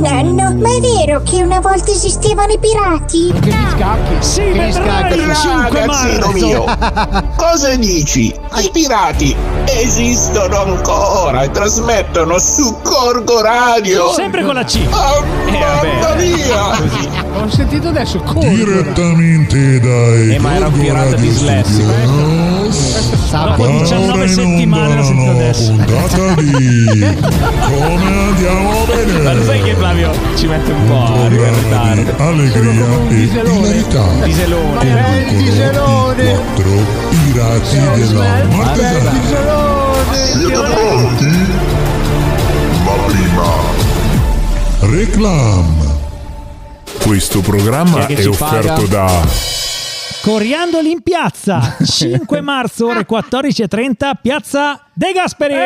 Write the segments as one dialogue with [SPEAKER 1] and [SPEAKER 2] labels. [SPEAKER 1] Nanno, ma è vero che una volta esistevano i pirati?
[SPEAKER 2] Sì,
[SPEAKER 3] Gli scacchi
[SPEAKER 2] vedrai,
[SPEAKER 3] cinque
[SPEAKER 2] ragazzino
[SPEAKER 3] marzo.
[SPEAKER 2] mio. Cosa dici? I pirati esistono ancora e trasmettono su Corgo Radio.
[SPEAKER 3] Sempre con la C.
[SPEAKER 2] Oh,
[SPEAKER 3] vabbè.
[SPEAKER 4] Eh,
[SPEAKER 2] mamma mia!
[SPEAKER 5] Ho sentito adesso corgo.
[SPEAKER 6] Direttamente dai.
[SPEAKER 3] Eh, ma era un
[SPEAKER 6] Gorgo
[SPEAKER 3] pirata
[SPEAKER 6] Radio
[SPEAKER 3] dislessico. eh.
[SPEAKER 6] Studios,
[SPEAKER 3] Dopo
[SPEAKER 6] va
[SPEAKER 3] 19
[SPEAKER 6] ora in
[SPEAKER 3] settimane l'ho
[SPEAKER 6] onda
[SPEAKER 3] sentito
[SPEAKER 6] una nuova
[SPEAKER 3] adesso.
[SPEAKER 6] puntata di Come andiamo bene.
[SPEAKER 3] Ma lo sai che Flavio ci mette un po' a arrivare in
[SPEAKER 6] Programma di
[SPEAKER 3] ritardo.
[SPEAKER 6] allegria e
[SPEAKER 5] diselone.
[SPEAKER 6] hilarità.
[SPEAKER 3] Diselone.
[SPEAKER 5] Bel diselone.
[SPEAKER 6] Quattro pirati della martesana.
[SPEAKER 7] Siete pronti? Ma prima
[SPEAKER 6] Reclam.
[SPEAKER 7] questo programma
[SPEAKER 3] Chi è che
[SPEAKER 7] è
[SPEAKER 3] ci
[SPEAKER 7] offerto da
[SPEAKER 3] Coriandoli in piazza. 5 marzo ore 14.30, piazza De Gasperi.
[SPEAKER 4] Eh.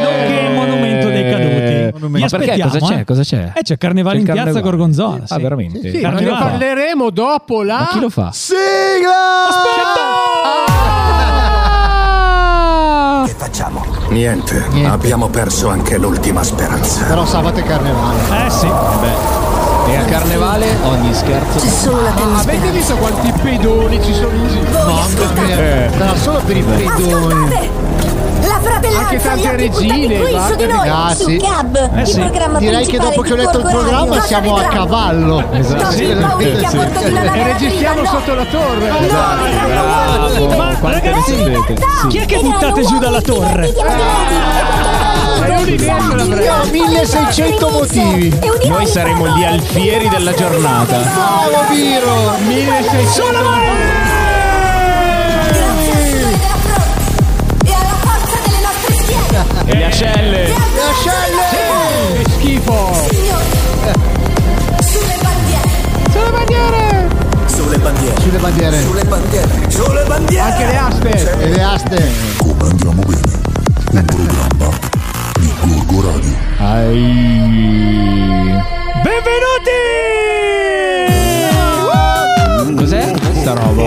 [SPEAKER 3] Nonché monumento dei caduti. Vi
[SPEAKER 4] Eh. Ma perché?
[SPEAKER 3] aspettiamo.
[SPEAKER 4] Cosa c'è?
[SPEAKER 3] eh.
[SPEAKER 4] Cosa c'è?
[SPEAKER 3] Eh, c'è Carnevale
[SPEAKER 4] C'è
[SPEAKER 3] in
[SPEAKER 4] il
[SPEAKER 3] piazza
[SPEAKER 4] carnevale.
[SPEAKER 3] Gorgonzola.
[SPEAKER 4] Ah,
[SPEAKER 3] sì.
[SPEAKER 4] veramente?
[SPEAKER 5] Sì, ma ne
[SPEAKER 3] Carnevale.
[SPEAKER 5] parleremo dopo la
[SPEAKER 4] Ma chi lo fa?
[SPEAKER 5] sigla.
[SPEAKER 8] Che facciamo? Niente, abbiamo perso anche l'ultima speranza.
[SPEAKER 9] Però sabato è carnevale.
[SPEAKER 3] Eh sì.
[SPEAKER 4] E a carnevale ogni scherzo.
[SPEAKER 5] Avete visto quanti pedoni ci sono in giro?
[SPEAKER 4] Eh.
[SPEAKER 9] Sarà solo per i pedoni.
[SPEAKER 1] La fratellanza
[SPEAKER 5] Anche tante
[SPEAKER 1] li ha
[SPEAKER 5] regine,
[SPEAKER 1] buttati qui su di
[SPEAKER 5] guardate,
[SPEAKER 1] noi,
[SPEAKER 9] ah,
[SPEAKER 1] su
[SPEAKER 9] sì.
[SPEAKER 1] Gab, il
[SPEAKER 3] sì.
[SPEAKER 1] programma
[SPEAKER 9] Direi che
[SPEAKER 1] principale
[SPEAKER 9] dopo che ho
[SPEAKER 1] di
[SPEAKER 9] letto il
[SPEAKER 1] Gorgo Radio.
[SPEAKER 9] programma
[SPEAKER 1] Cosa
[SPEAKER 9] siamo a
[SPEAKER 1] vedrà?
[SPEAKER 9] cavallo.
[SPEAKER 4] Esatto.
[SPEAKER 1] Totti il Paoli che a bordo di una
[SPEAKER 5] E
[SPEAKER 1] nave naviga,
[SPEAKER 5] registriamo
[SPEAKER 1] no,
[SPEAKER 5] sotto la torre.
[SPEAKER 1] no, vedranno uomini liberi.
[SPEAKER 3] Ma
[SPEAKER 4] Quante
[SPEAKER 3] ragazzi,
[SPEAKER 4] ricevete?
[SPEAKER 3] chi è che
[SPEAKER 1] Vedranno
[SPEAKER 3] buttate giù
[SPEAKER 1] uomini
[SPEAKER 3] dalla torre?
[SPEAKER 1] divertiti e motivati.
[SPEAKER 5] Ma io li vedo, la prego.
[SPEAKER 1] Uomini
[SPEAKER 9] 1600
[SPEAKER 1] divertiti,
[SPEAKER 9] motivi.
[SPEAKER 1] e uniamo
[SPEAKER 4] Noi
[SPEAKER 1] il
[SPEAKER 4] saremo gli
[SPEAKER 1] valore delle
[SPEAKER 4] alfieri della
[SPEAKER 1] nostre
[SPEAKER 4] giornata.
[SPEAKER 1] risorse.
[SPEAKER 9] Bravo Viro!
[SPEAKER 5] 1600
[SPEAKER 1] Grazie al sudore della fronte e alla forza delle nostre schiene.
[SPEAKER 4] E le ascelle.
[SPEAKER 1] Le ascelle!
[SPEAKER 5] Che schifo.
[SPEAKER 1] Signori, sulle bandiere.
[SPEAKER 8] Sulle bandiere,
[SPEAKER 9] Sulle bandiere
[SPEAKER 8] sulle bandiere, sulle bandiere.
[SPEAKER 5] Anche le aste.
[SPEAKER 9] e le aste.
[SPEAKER 6] Come andiamo bene. Un programma di Gorgo Radio.
[SPEAKER 3] Benvenuti!
[SPEAKER 4] Cos'è? Sta roba.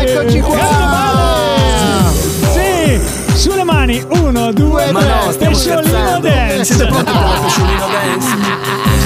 [SPEAKER 9] Eccoci qua!
[SPEAKER 3] Sì, sulle mani. Uno, due,
[SPEAKER 9] Ma
[SPEAKER 3] tre.
[SPEAKER 9] no,
[SPEAKER 8] stiamo
[SPEAKER 3] Pesciolino
[SPEAKER 8] scherzando.
[SPEAKER 3] dance.
[SPEAKER 8] pronti per la pesciolina dance?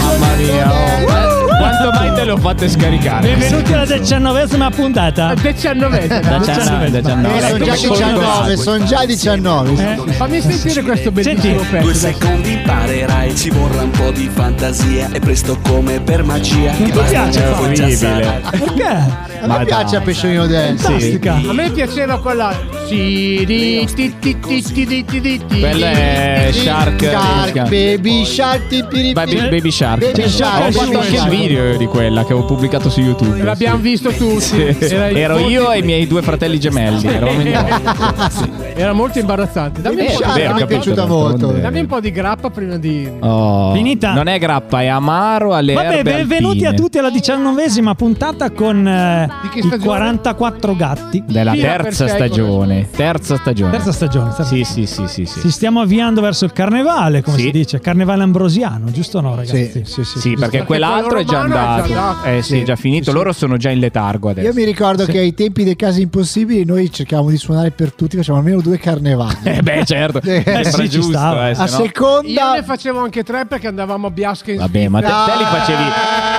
[SPEAKER 4] Mamma mia. oh. Quanto
[SPEAKER 5] Esatto.
[SPEAKER 4] mai te lo fate scaricare?
[SPEAKER 3] Benvenuti alla diciannovesima puntata.
[SPEAKER 5] Diciannovesima.
[SPEAKER 4] Diciannove, diciannove.
[SPEAKER 9] Eh, sono già
[SPEAKER 4] Ecco, sono Eh?
[SPEAKER 9] 19, sono già 19.
[SPEAKER 5] Fammi sentire questo bellissimo
[SPEAKER 3] Senti.
[SPEAKER 5] pezzo.
[SPEAKER 7] Due secondi imparerai, ci vorrà un po' di fantasia E presto come per magia eh,
[SPEAKER 3] Non ti piace, Fabio?
[SPEAKER 5] esatto.
[SPEAKER 4] Incredibile.
[SPEAKER 3] Perché?
[SPEAKER 9] A me piace a Pesciolino Dance.
[SPEAKER 3] Fantastica.
[SPEAKER 5] A me piaceva quella. Sì, di, ti, ti, ti, ti, ti, ti, ti, ti.
[SPEAKER 4] Quella è Shark.
[SPEAKER 9] Shark,
[SPEAKER 4] come si chiama?
[SPEAKER 9] baby shark, ti, ti, ti,
[SPEAKER 4] Baby,
[SPEAKER 9] ti.
[SPEAKER 4] Baby Shark.
[SPEAKER 9] Baby Shark.
[SPEAKER 4] Ho fatto anche il video di quella che avevo pubblicato su YouTube.
[SPEAKER 5] L'abbiamo visto tutti.
[SPEAKER 4] Sì.
[SPEAKER 5] il
[SPEAKER 4] Ero
[SPEAKER 5] Conti-
[SPEAKER 4] io e i miei due fratelli gemelli. Eravamo in
[SPEAKER 5] Eh,
[SPEAKER 4] diretta.
[SPEAKER 5] Era molto imbarazzante. Dammi
[SPEAKER 9] Baby
[SPEAKER 5] un po' di
[SPEAKER 9] Shark
[SPEAKER 4] vero,
[SPEAKER 9] mi è
[SPEAKER 5] grappa.
[SPEAKER 4] capito,
[SPEAKER 9] piaciuta
[SPEAKER 4] d'altronde.
[SPEAKER 9] molto.
[SPEAKER 5] Dammi un po' di grappa prima di.
[SPEAKER 4] Oh.
[SPEAKER 3] Finita.
[SPEAKER 4] Non è grappa, è amaro alle
[SPEAKER 3] Vabbè,
[SPEAKER 4] erbe
[SPEAKER 3] benvenuti
[SPEAKER 4] alpine.
[SPEAKER 3] a tutti alla diciannovesima puntata con eh,
[SPEAKER 5] Di che
[SPEAKER 3] i
[SPEAKER 5] stagione?
[SPEAKER 3] 44 gatti.
[SPEAKER 4] Della
[SPEAKER 5] Fila per
[SPEAKER 4] terza
[SPEAKER 5] secolo.
[SPEAKER 4] stagione. Terza stagione.
[SPEAKER 3] Terza stagione. terza-
[SPEAKER 4] Sì, sì, sì, sì,
[SPEAKER 3] Ci
[SPEAKER 4] sì.
[SPEAKER 3] stiamo avviando verso il carnevale, come
[SPEAKER 4] Sì.
[SPEAKER 3] si dice, carnevale ambrosiano, giusto o no, ragazzi?
[SPEAKER 9] Sì, sì, sì.
[SPEAKER 4] Sì, perché
[SPEAKER 5] Perché
[SPEAKER 4] quell'altro è già
[SPEAKER 5] quello romano è già
[SPEAKER 4] andato.
[SPEAKER 5] andato.
[SPEAKER 4] Eh sì, è già finito. Loro sono già in letargo adesso.
[SPEAKER 9] Io mi ricordo che ai tempi dei casi impossibili noi cercavamo di suonare per tutti, facevamo almeno due carnevali.
[SPEAKER 4] Eh beh, certo.
[SPEAKER 9] Eh,
[SPEAKER 4] Sembra
[SPEAKER 3] sì, ci
[SPEAKER 4] giusto,
[SPEAKER 3] stava.
[SPEAKER 4] eh,
[SPEAKER 9] A
[SPEAKER 4] se no-
[SPEAKER 5] Io ne
[SPEAKER 9] seconda
[SPEAKER 5] facevo anche tre perché andavamo a Biasca in
[SPEAKER 4] Vabbè, ma te, te li facevi,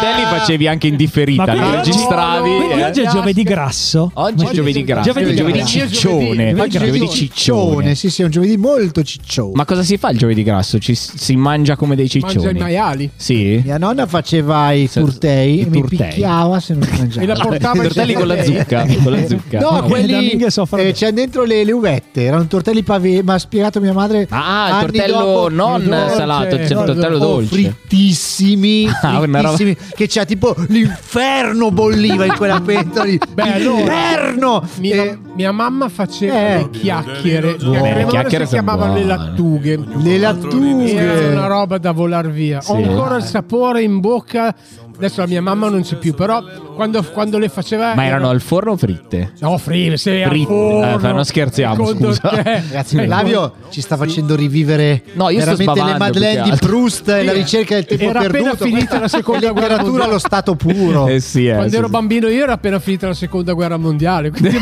[SPEAKER 4] te li facevi anche in differita, li
[SPEAKER 3] quindi oggi-
[SPEAKER 4] registravi.
[SPEAKER 3] quindi
[SPEAKER 4] eh.
[SPEAKER 3] oggi è giovedì grasso.
[SPEAKER 4] Oggi
[SPEAKER 3] Ma-
[SPEAKER 4] è giovedì grasso,
[SPEAKER 3] Giovedì,
[SPEAKER 4] giovedì,
[SPEAKER 3] grasso.
[SPEAKER 4] ciccione.
[SPEAKER 3] Oggi
[SPEAKER 4] Oggi
[SPEAKER 3] è
[SPEAKER 4] è giovedì ciccione.
[SPEAKER 9] Sì, sì, è un giovedì molto ciccione.
[SPEAKER 4] Ma cosa si fa il giovedì grasso? Ci, si mangia come dei
[SPEAKER 5] Mangia i
[SPEAKER 4] ciccioni.
[SPEAKER 5] maiali.
[SPEAKER 4] Sì?
[SPEAKER 9] Mia nonna faceva i
[SPEAKER 4] Se-
[SPEAKER 9] turtei
[SPEAKER 4] i
[SPEAKER 9] e mi
[SPEAKER 4] turtei.
[SPEAKER 9] picchiava se non
[SPEAKER 5] E la
[SPEAKER 9] mangiava.
[SPEAKER 5] portava
[SPEAKER 4] I
[SPEAKER 5] in
[SPEAKER 4] tortelli con la
[SPEAKER 5] Sardegna.
[SPEAKER 4] zucca. Con la zucca.
[SPEAKER 9] No,
[SPEAKER 3] le
[SPEAKER 9] quelli
[SPEAKER 3] laminghe soffrono.
[SPEAKER 9] eh, c'è dentro le, le uvette, erano tortelli pavè, ma ha spiegato mia madre.
[SPEAKER 4] Ah, il
[SPEAKER 9] anni
[SPEAKER 4] tortello
[SPEAKER 9] dopo-
[SPEAKER 4] non
[SPEAKER 9] dolce,
[SPEAKER 4] salato, c'è il
[SPEAKER 9] no,
[SPEAKER 4] tortello
[SPEAKER 9] dopo,
[SPEAKER 4] dolce.
[SPEAKER 9] Frittissimi,
[SPEAKER 4] Ah, una roba-
[SPEAKER 9] frittissimi, che c'è tipo l'inferno bolliva in quella pentola lì.
[SPEAKER 5] allora-
[SPEAKER 9] l'inferno!
[SPEAKER 5] Mia,
[SPEAKER 9] Eh,
[SPEAKER 5] mia mamma faceva
[SPEAKER 9] Eh.
[SPEAKER 5] le chiacchiere.
[SPEAKER 9] No,
[SPEAKER 5] che a
[SPEAKER 9] le
[SPEAKER 5] Cremona
[SPEAKER 4] chiacchiere
[SPEAKER 5] si
[SPEAKER 4] sono
[SPEAKER 5] chiamavano le
[SPEAKER 4] buone.
[SPEAKER 5] lattughe.
[SPEAKER 9] le
[SPEAKER 5] Era una
[SPEAKER 9] lattughe.
[SPEAKER 5] roba da volar via. Ho ancora il sapore in bocca. Adesso la mia mamma non c'è più, però quando, quando le faceva...
[SPEAKER 4] Ma erano al forno o fritte?
[SPEAKER 5] No, fritte, se al
[SPEAKER 4] Fritte. Eh,
[SPEAKER 5] forno.
[SPEAKER 4] fa- non scherziamo,
[SPEAKER 5] Secondo
[SPEAKER 4] scusa.
[SPEAKER 5] te?
[SPEAKER 9] Ragazzi, Flavio ci sta facendo rivivere
[SPEAKER 4] No, io
[SPEAKER 9] veramente
[SPEAKER 4] sto
[SPEAKER 9] le
[SPEAKER 4] sbavando,
[SPEAKER 9] Madeleine
[SPEAKER 4] più che
[SPEAKER 9] di
[SPEAKER 4] altro.
[SPEAKER 9] Proust e la ricerca del tempo
[SPEAKER 5] Era appena
[SPEAKER 9] perduto.
[SPEAKER 5] finita la seconda guerra
[SPEAKER 9] letteratura
[SPEAKER 5] mondiale.
[SPEAKER 9] allo stato puro.
[SPEAKER 4] Eh sì, eh,
[SPEAKER 5] Quando
[SPEAKER 4] sì,
[SPEAKER 5] ero
[SPEAKER 4] sì.
[SPEAKER 5] bambino io era appena finita la seconda guerra mondiale, quindi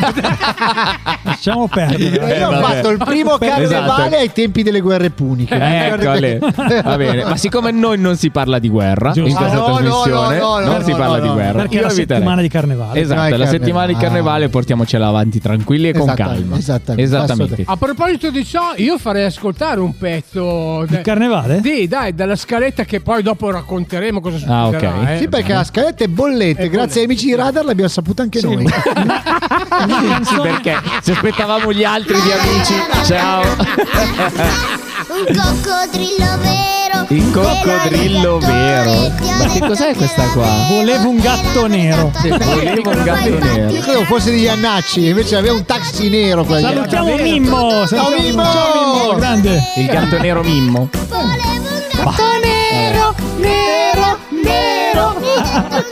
[SPEAKER 3] Lasciamo perdere.
[SPEAKER 4] Eh,
[SPEAKER 9] Io ho
[SPEAKER 4] vabbè.
[SPEAKER 9] fatto il primo
[SPEAKER 4] Esatto.
[SPEAKER 9] carnevale ai tempi delle guerre puniche.
[SPEAKER 4] Eccole. Eh, ecco, Va bene, ma siccome noi non si parla di guerra
[SPEAKER 3] Giusto.
[SPEAKER 4] in questa
[SPEAKER 9] Ah, no, no,
[SPEAKER 4] trasmissione,
[SPEAKER 9] no, no, no,
[SPEAKER 4] non
[SPEAKER 9] no,
[SPEAKER 4] si
[SPEAKER 9] no,
[SPEAKER 4] parla
[SPEAKER 9] no,
[SPEAKER 4] di
[SPEAKER 9] no.
[SPEAKER 4] guerra.
[SPEAKER 3] Perché è
[SPEAKER 4] Io
[SPEAKER 3] la
[SPEAKER 4] eviterei.
[SPEAKER 3] settimana di carnevale.
[SPEAKER 4] Esatto,
[SPEAKER 9] No,
[SPEAKER 4] è
[SPEAKER 9] è
[SPEAKER 4] la
[SPEAKER 9] carnevale.
[SPEAKER 4] settimana di carnevale portiamocela avanti tranquilli e con
[SPEAKER 9] Esattamente,
[SPEAKER 4] calma.
[SPEAKER 9] esattamente.
[SPEAKER 4] Esattamente.
[SPEAKER 5] A proposito di ciò, io farei ascoltare un pezzo
[SPEAKER 3] Il carnevale?
[SPEAKER 5] Sì, dai, dalla scaletta che poi dopo racconteremo cosa succederà.
[SPEAKER 4] Ah, ok.
[SPEAKER 5] eh.
[SPEAKER 9] Sì, perché la scaletta è bollente.
[SPEAKER 5] È
[SPEAKER 9] Grazie ai amici di Radar l'abbiamo saputa anche noi.
[SPEAKER 4] Sì, perché se aspettavamo gli altri di
[SPEAKER 1] Ah,
[SPEAKER 4] amici, ciao.
[SPEAKER 1] Un coccodrillo vero.
[SPEAKER 4] Il coccodrillo vero. Ma che cos'è questa qua?
[SPEAKER 3] Volevo un gatto nero.
[SPEAKER 4] Volevo un gatto
[SPEAKER 1] eh,
[SPEAKER 4] nero.
[SPEAKER 9] Io credo fosse degli Annacci, invece aveva un taxi nero. quella di Annacci.
[SPEAKER 3] Salutiamo Mimmo. Salutiamo
[SPEAKER 9] Mimmo!
[SPEAKER 3] Ciao Mimmo, grande.
[SPEAKER 4] Il gatto nero Mimmo.
[SPEAKER 1] Nero, nero, nero.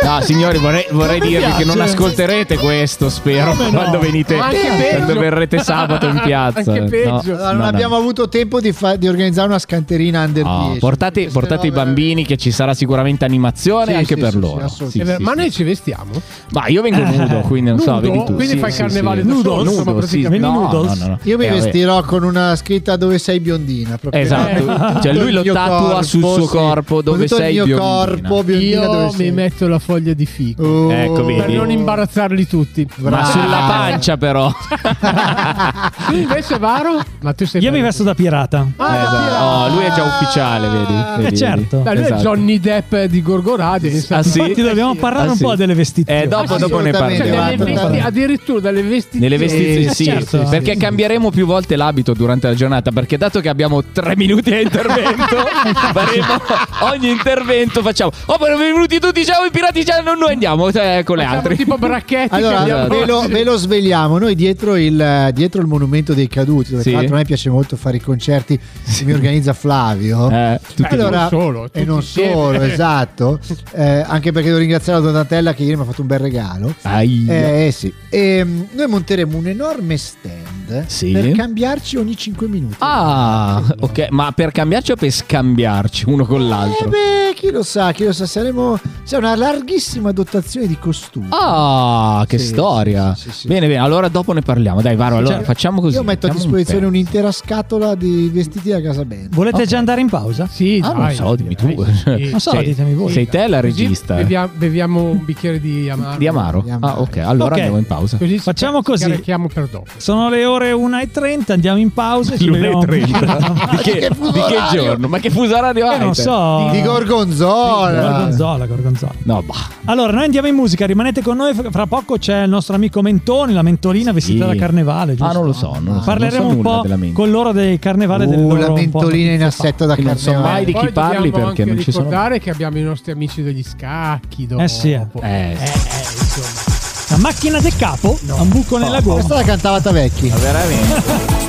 [SPEAKER 4] No, signori, vorrei, vorrei dirvi che non ascolterete questo, spero, quando venite,
[SPEAKER 5] Anche
[SPEAKER 4] quando
[SPEAKER 5] peggio.
[SPEAKER 4] verrete sabato in piazza.
[SPEAKER 5] Anche peggio.
[SPEAKER 9] Allora, non
[SPEAKER 4] no, no.
[SPEAKER 9] abbiamo avuto tempo di, fa- di organizzare una scanterina under
[SPEAKER 4] No,
[SPEAKER 9] 10.
[SPEAKER 4] portate
[SPEAKER 9] Queste
[SPEAKER 4] portate i
[SPEAKER 9] robe-
[SPEAKER 4] bambini che ci sarà sicuramente animazione
[SPEAKER 9] Sì,
[SPEAKER 4] anche
[SPEAKER 9] sì,
[SPEAKER 4] per
[SPEAKER 9] sì, sì,
[SPEAKER 4] loro.
[SPEAKER 9] assolutamente.
[SPEAKER 4] Sì,
[SPEAKER 5] Eh,
[SPEAKER 4] sì,
[SPEAKER 5] ma
[SPEAKER 4] sì.
[SPEAKER 5] noi ci vestiamo?
[SPEAKER 4] Ma io vengo nudo, quindi non so,
[SPEAKER 5] Nudo?
[SPEAKER 4] vedi tu.
[SPEAKER 5] Quindi fai il carnevale da
[SPEAKER 4] nudo,
[SPEAKER 5] solo,
[SPEAKER 4] nudo,
[SPEAKER 5] insomma,
[SPEAKER 4] sì.
[SPEAKER 5] praticamente.
[SPEAKER 4] No,
[SPEAKER 3] Mini noodles?
[SPEAKER 4] no, no, no.
[SPEAKER 9] Io mi
[SPEAKER 4] Eh, vabbè.
[SPEAKER 9] vestirò con una scritta dove sei biondina. proprio. Eh,
[SPEAKER 4] Esatto, cioè lui lo
[SPEAKER 9] Il mio
[SPEAKER 4] tatua
[SPEAKER 9] corpo,
[SPEAKER 4] sul suo
[SPEAKER 9] sì.
[SPEAKER 4] corpo dove
[SPEAKER 9] Con tutto
[SPEAKER 4] sei
[SPEAKER 9] il mio
[SPEAKER 4] biondina.
[SPEAKER 9] corpo biondina dove
[SPEAKER 5] Io mi
[SPEAKER 9] sei.
[SPEAKER 5] metto la foglia di fico.
[SPEAKER 9] Oh.
[SPEAKER 4] Ecco, vedi.
[SPEAKER 5] Per non imbarazzarli tutti.
[SPEAKER 4] Ma
[SPEAKER 9] Bravo.
[SPEAKER 4] sulla pancia però.
[SPEAKER 5] Tu invece, Varo? Ma tu sei
[SPEAKER 3] Io mi
[SPEAKER 5] bello.
[SPEAKER 3] vesto da pirata.
[SPEAKER 5] Ah,
[SPEAKER 4] Esatto. Oh, lui è già ufficiale, vedi? vedi,
[SPEAKER 3] Eh,
[SPEAKER 4] vedi.
[SPEAKER 3] certo.
[SPEAKER 5] Beh, lui è
[SPEAKER 4] Esatto.
[SPEAKER 5] Johnny Depp di Gorgorati. mi sa.
[SPEAKER 4] Ah, sì?
[SPEAKER 3] Infatti dobbiamo parlare
[SPEAKER 4] Ah,
[SPEAKER 3] un
[SPEAKER 4] sì.
[SPEAKER 3] po' delle Ah, vestizioni.
[SPEAKER 4] Eh, dopo, dopo ne
[SPEAKER 9] Assolutamente,
[SPEAKER 5] Cioè, dalle
[SPEAKER 9] Esatto,
[SPEAKER 5] vesti-
[SPEAKER 9] esatto.
[SPEAKER 4] parliamo.
[SPEAKER 5] addirittura Eh, dalle vestizioni.
[SPEAKER 4] Nelle vestiti, sì,
[SPEAKER 3] certo.
[SPEAKER 4] perché cambieremo più volte l'abito durante la giornata. Perché dato che abbiamo tre minuti a intervento, faremo ogni intervento. Facciamo, oh, benvenuti tutti, ciao i pirati, ciao, non noi andiamo cioè, con le
[SPEAKER 5] Siamo
[SPEAKER 4] altre.
[SPEAKER 5] tipo
[SPEAKER 4] Eh,
[SPEAKER 5] bracchetti.
[SPEAKER 9] Allora,
[SPEAKER 5] che abbiamo-
[SPEAKER 9] ve lo, ve lo svegliamo. Noi dietro il, dietro il monumento dei caduti, dove
[SPEAKER 4] Sì.
[SPEAKER 9] tra l'altro a me piace molto fare i concerti che mi organizza Flavio.
[SPEAKER 4] Eh, tutti
[SPEAKER 5] Beh, non solo,
[SPEAKER 9] e
[SPEAKER 5] tutti
[SPEAKER 9] non
[SPEAKER 5] insieme.
[SPEAKER 9] solo, esatto. Eh, anche perché devo ringraziare la Donatella che ieri mi ha fatto un bel regalo.
[SPEAKER 4] Aia.
[SPEAKER 9] Eh, eh sì. Ehm, noi monteremo un enorme stand
[SPEAKER 4] Sì.
[SPEAKER 9] per cambiarci ogni 5 minuti.
[SPEAKER 4] Ah, ok, ma per cambiarci o per scambiarci uno con
[SPEAKER 9] Eh
[SPEAKER 4] l'altro?
[SPEAKER 9] beh, chi lo sa, chi lo sa, saremo. C'è una larghissima dotazione di costumi.
[SPEAKER 4] Ah, che
[SPEAKER 9] Sì,
[SPEAKER 4] storia.
[SPEAKER 9] sì, sì, sì, sì.
[SPEAKER 4] Bene, bene, allora dopo ne parliamo. Dai, Varo, allora
[SPEAKER 9] Cioè,
[SPEAKER 4] facciamo così.
[SPEAKER 9] Io metto a
[SPEAKER 4] mettiamo un
[SPEAKER 9] disposizione
[SPEAKER 4] pezzo.
[SPEAKER 9] un'intera scatola di vestiti da casa band.
[SPEAKER 3] Volete
[SPEAKER 4] Ok.
[SPEAKER 3] già andare in pausa?
[SPEAKER 5] Sì,
[SPEAKER 4] Ah,
[SPEAKER 5] dai,
[SPEAKER 4] non so, dimmi tu.
[SPEAKER 5] Sì.
[SPEAKER 3] Non so,
[SPEAKER 4] Sei-
[SPEAKER 3] ditemi voi.
[SPEAKER 4] Sei te la
[SPEAKER 5] Così
[SPEAKER 4] regista.
[SPEAKER 5] bevia- beviamo un bicchiere di amaro.
[SPEAKER 4] Di Amaro.
[SPEAKER 9] Di Amaro.
[SPEAKER 4] Ah, ok. Allora
[SPEAKER 3] Ok.
[SPEAKER 4] andiamo in pausa.
[SPEAKER 5] Così ci
[SPEAKER 3] Facciamo
[SPEAKER 5] ca- ci
[SPEAKER 3] così.
[SPEAKER 5] carichiamo per dopo.
[SPEAKER 3] Sono le ore 1.30, andiamo in pausa. e ci vediamo-
[SPEAKER 4] di, che, di che giorno? Ma che fuso orario
[SPEAKER 3] Eh,
[SPEAKER 4] avete?
[SPEAKER 3] non so.
[SPEAKER 9] Di Gorgonzola.
[SPEAKER 3] Gorgonzola, Gorgonzola.
[SPEAKER 4] No, bah.
[SPEAKER 3] Allora, noi andiamo in musica, rimanete con noi. Fra poco c'è il nostro amico Mentoni, la mentolina vestita
[SPEAKER 4] Sì.
[SPEAKER 3] da carnevale. giusto?
[SPEAKER 4] Ah, non lo so. Non lo so.
[SPEAKER 3] Parleremo
[SPEAKER 4] non so
[SPEAKER 3] un
[SPEAKER 4] nulla
[SPEAKER 3] po'
[SPEAKER 4] della mente.
[SPEAKER 3] con loro del carnevale del
[SPEAKER 9] Uh, la mentolina in assetto da
[SPEAKER 4] Che non so
[SPEAKER 9] carnevale.
[SPEAKER 4] mai di
[SPEAKER 5] Eh, Poi
[SPEAKER 4] chi parli
[SPEAKER 5] dobbiamo
[SPEAKER 4] perché
[SPEAKER 5] anche
[SPEAKER 4] non ci sono.
[SPEAKER 5] ricordare che abbiamo i nostri amici degli scacchi dopo.
[SPEAKER 3] Eh sì, eh.
[SPEAKER 4] Eh,
[SPEAKER 3] La macchina del capo ha un buco nella
[SPEAKER 9] Questa
[SPEAKER 3] gomma.
[SPEAKER 9] la cantava Tavecchi.
[SPEAKER 4] veramente.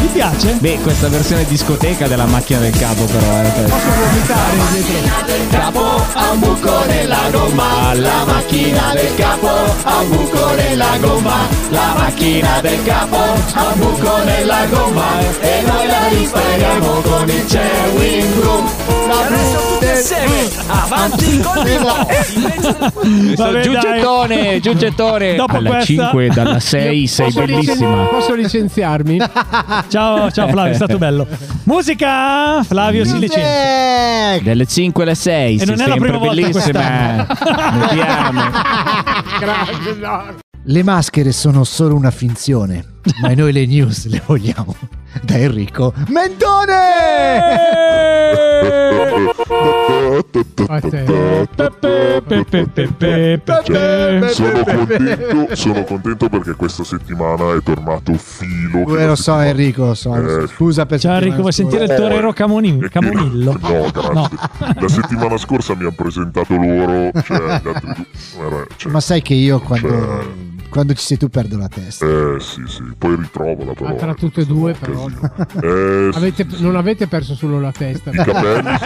[SPEAKER 3] Mi piace?
[SPEAKER 4] Beh, questa versione discoteca della macchina del capo, però. Posso vomitare dietro? Capo ha un buco nella gomma. La macchina del capo ha un buco nella gomma. La macchina del capo ha un buco nella gomma. E noi la ripariamo con il Chewing Group.
[SPEAKER 3] Vabbè,
[SPEAKER 4] giù
[SPEAKER 3] dai.
[SPEAKER 4] gettone, giù gettone.
[SPEAKER 3] Dopo
[SPEAKER 4] alla
[SPEAKER 3] questa-
[SPEAKER 4] 5, dalla 6, sei
[SPEAKER 5] Posso licen-
[SPEAKER 4] bellissima.
[SPEAKER 5] Posso licenziarmi? Ah,
[SPEAKER 3] Ciao, ciao Flavio, è stato bello. Musica, Flavio si licenzia.
[SPEAKER 9] Music!
[SPEAKER 4] Dalle 5 alle 6,
[SPEAKER 3] E non è la
[SPEAKER 4] sempre
[SPEAKER 3] prima volta
[SPEAKER 4] bellissima. Vediamo.
[SPEAKER 5] Grazie, no.
[SPEAKER 9] Le maschere sono solo una finzione, ma noi le news le vogliamo. Da Enrico Mentone!
[SPEAKER 6] Eh!
[SPEAKER 5] A te.
[SPEAKER 6] Sono contento, sono contento perché questa settimana è tornato Filo. che
[SPEAKER 9] Eh,
[SPEAKER 6] la
[SPEAKER 9] lo so
[SPEAKER 6] settimana-
[SPEAKER 9] Enrico, lo so, lo so.
[SPEAKER 6] Eh,
[SPEAKER 9] Scusa per
[SPEAKER 3] Ciao Enrico, vuoi sentire il torero Camonin- Camomillo?
[SPEAKER 6] No, grazie. La settimana scorsa mi hanno presentato loro. Cioè, gli altri due- guarda, cioè,
[SPEAKER 9] Ma sai che io quando
[SPEAKER 6] cioè,
[SPEAKER 9] Quando ci sei tu perdo la testa.
[SPEAKER 6] Eh sì, sì, poi ritrovala però.
[SPEAKER 5] Ah, tra tutte e due, però.
[SPEAKER 6] Eh, sì,
[SPEAKER 5] Avete- non avete perso solo la testa.
[SPEAKER 6] I capelli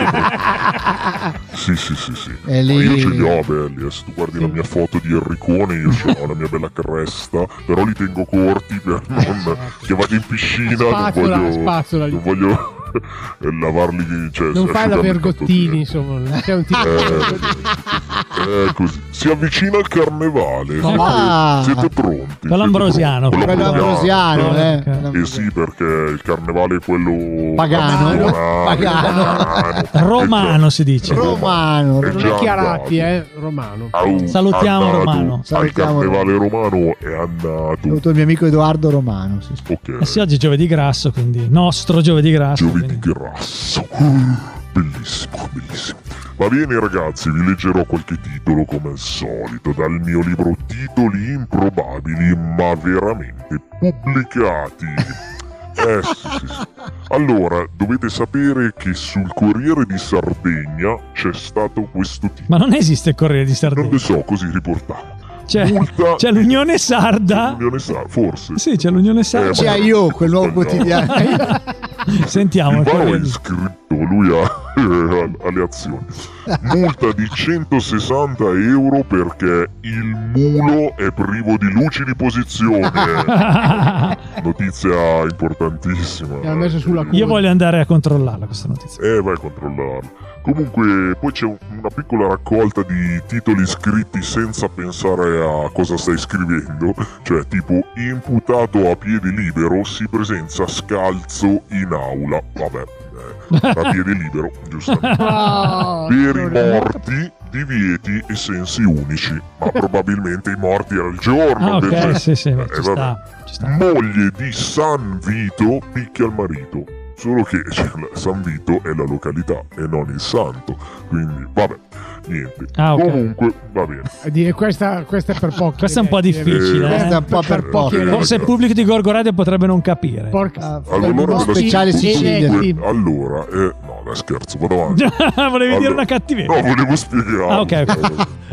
[SPEAKER 6] Sì, sì, sì, sì.
[SPEAKER 9] E lì-
[SPEAKER 6] Ma Io ce li ho belli. eh. Se tu guardi la mia foto di Enricone, io ce l'ho la mia bella cresta, però li tengo corti per
[SPEAKER 9] Ah,
[SPEAKER 6] non che vado in piscina. non
[SPEAKER 5] Spazzola,
[SPEAKER 6] voglio.
[SPEAKER 5] spazzola li-
[SPEAKER 6] Non voglio eh, lavarli. Cioè,
[SPEAKER 5] Non fai la
[SPEAKER 6] asciugarli
[SPEAKER 5] Vergottini, insomma. C'è un tipo.
[SPEAKER 6] tutto. Eh, così. Si avvicina il carnevale. Siete,
[SPEAKER 9] Ah.
[SPEAKER 6] siete pronti?
[SPEAKER 3] Con l'ambrosiano.
[SPEAKER 6] Siete pronti?
[SPEAKER 9] Quello
[SPEAKER 6] Con
[SPEAKER 9] ambrosiano, eh.
[SPEAKER 6] Eh sì, perché il carnevale è quello
[SPEAKER 9] Pagano.
[SPEAKER 6] nazionale,
[SPEAKER 9] Pagano.
[SPEAKER 6] pagano.
[SPEAKER 3] Romano si dice.
[SPEAKER 9] Romano.
[SPEAKER 6] Eh,
[SPEAKER 5] Non è
[SPEAKER 6] già
[SPEAKER 5] Chiaratti,
[SPEAKER 6] andato.
[SPEAKER 5] eh, romano.
[SPEAKER 6] Au,
[SPEAKER 3] Salutiamo
[SPEAKER 6] andato.
[SPEAKER 3] Romano.
[SPEAKER 9] Salutiamo
[SPEAKER 6] Al carnevale romano è andato.
[SPEAKER 9] Saluto il mio amico Edoardo Romano. sì, sì.
[SPEAKER 6] Ok.
[SPEAKER 3] Eh sì, oggi è giovedì grasso, quindi nostro giovedì grasso.
[SPEAKER 6] Giovedì
[SPEAKER 3] quindi.
[SPEAKER 6] grasso. Bellissimo, bellissimo. Va bene ragazzi, vi leggerò qualche titolo come al solito dal mio libro Titoli improbabili ma veramente pubblicati. Eh sì, sì, sì. Allora, dovete sapere che sul Corriere di Sardegna c'è stato questo titolo.
[SPEAKER 3] Ma non esiste il Corriere di
[SPEAKER 6] Non
[SPEAKER 3] Sardegna.
[SPEAKER 6] lo so, così riportato.
[SPEAKER 3] C'è,
[SPEAKER 6] Multa-
[SPEAKER 3] c'è l'Unione Sarda.
[SPEAKER 6] L'Unione Sarda, forse.
[SPEAKER 3] Sì, c'è l'Unione
[SPEAKER 6] Eh,
[SPEAKER 3] Sarda.
[SPEAKER 9] C'è io, quel nuovo quotidiano.
[SPEAKER 3] Sentiamo.
[SPEAKER 6] Il
[SPEAKER 3] il
[SPEAKER 6] Varo è
[SPEAKER 3] Corriere di-
[SPEAKER 6] iscritto lui ha- alle azioni. Multa di 160 euro perché il mulo è privo di lucidi posizione. Notizia importantissima.
[SPEAKER 5] L'ha messo sulla cu-
[SPEAKER 3] Io voglio andare a controllarla questa notizia.
[SPEAKER 6] Eh, vai a controllarla. Comunque, poi c'è un- una piccola raccolta di titoli scritti senza pensare a cosa stai scrivendo, cioè tipo imputato a piede libero si presenza scalzo in aula. Vabbè, eh, a piede libero, giustamente.
[SPEAKER 5] Oh,
[SPEAKER 6] Per i
[SPEAKER 5] allora,
[SPEAKER 6] morti, divieti e sensi unici, ma probabilmente i morti era il giorno.
[SPEAKER 3] Ah,
[SPEAKER 6] del-
[SPEAKER 3] ok, sì, sì,
[SPEAKER 6] Eh,
[SPEAKER 3] ci
[SPEAKER 6] vabbè.
[SPEAKER 3] sta. Ci sta.
[SPEAKER 6] Moglie di San Vito picchia il marito. Solo che cioè, la- San Vito è la località e non il santo. Quindi, vabbè, niente.
[SPEAKER 3] Ah, ok.
[SPEAKER 6] Comunque, va bene.
[SPEAKER 5] dire, questa, questa è per pochi. eh,
[SPEAKER 3] Questa è un po'
[SPEAKER 5] ragazzi,
[SPEAKER 3] difficile,
[SPEAKER 9] Questa è
[SPEAKER 3] eh.
[SPEAKER 9] un po' per
[SPEAKER 5] Per
[SPEAKER 9] poco.
[SPEAKER 5] pochi.
[SPEAKER 6] Eh,
[SPEAKER 3] Forse il pubblico di Gorgo Radio potrebbe non capire.
[SPEAKER 5] Porca
[SPEAKER 6] Allora,
[SPEAKER 9] uno
[SPEAKER 6] la-
[SPEAKER 9] speciale
[SPEAKER 6] dunque,
[SPEAKER 9] Sicilia.
[SPEAKER 6] Allora, eh, no, dai, scherzo, vado avanti.
[SPEAKER 3] Volevi dire
[SPEAKER 6] Allora-
[SPEAKER 3] una
[SPEAKER 6] No,
[SPEAKER 3] cattiveria.
[SPEAKER 6] volevo spiegare.
[SPEAKER 3] Ah, ok,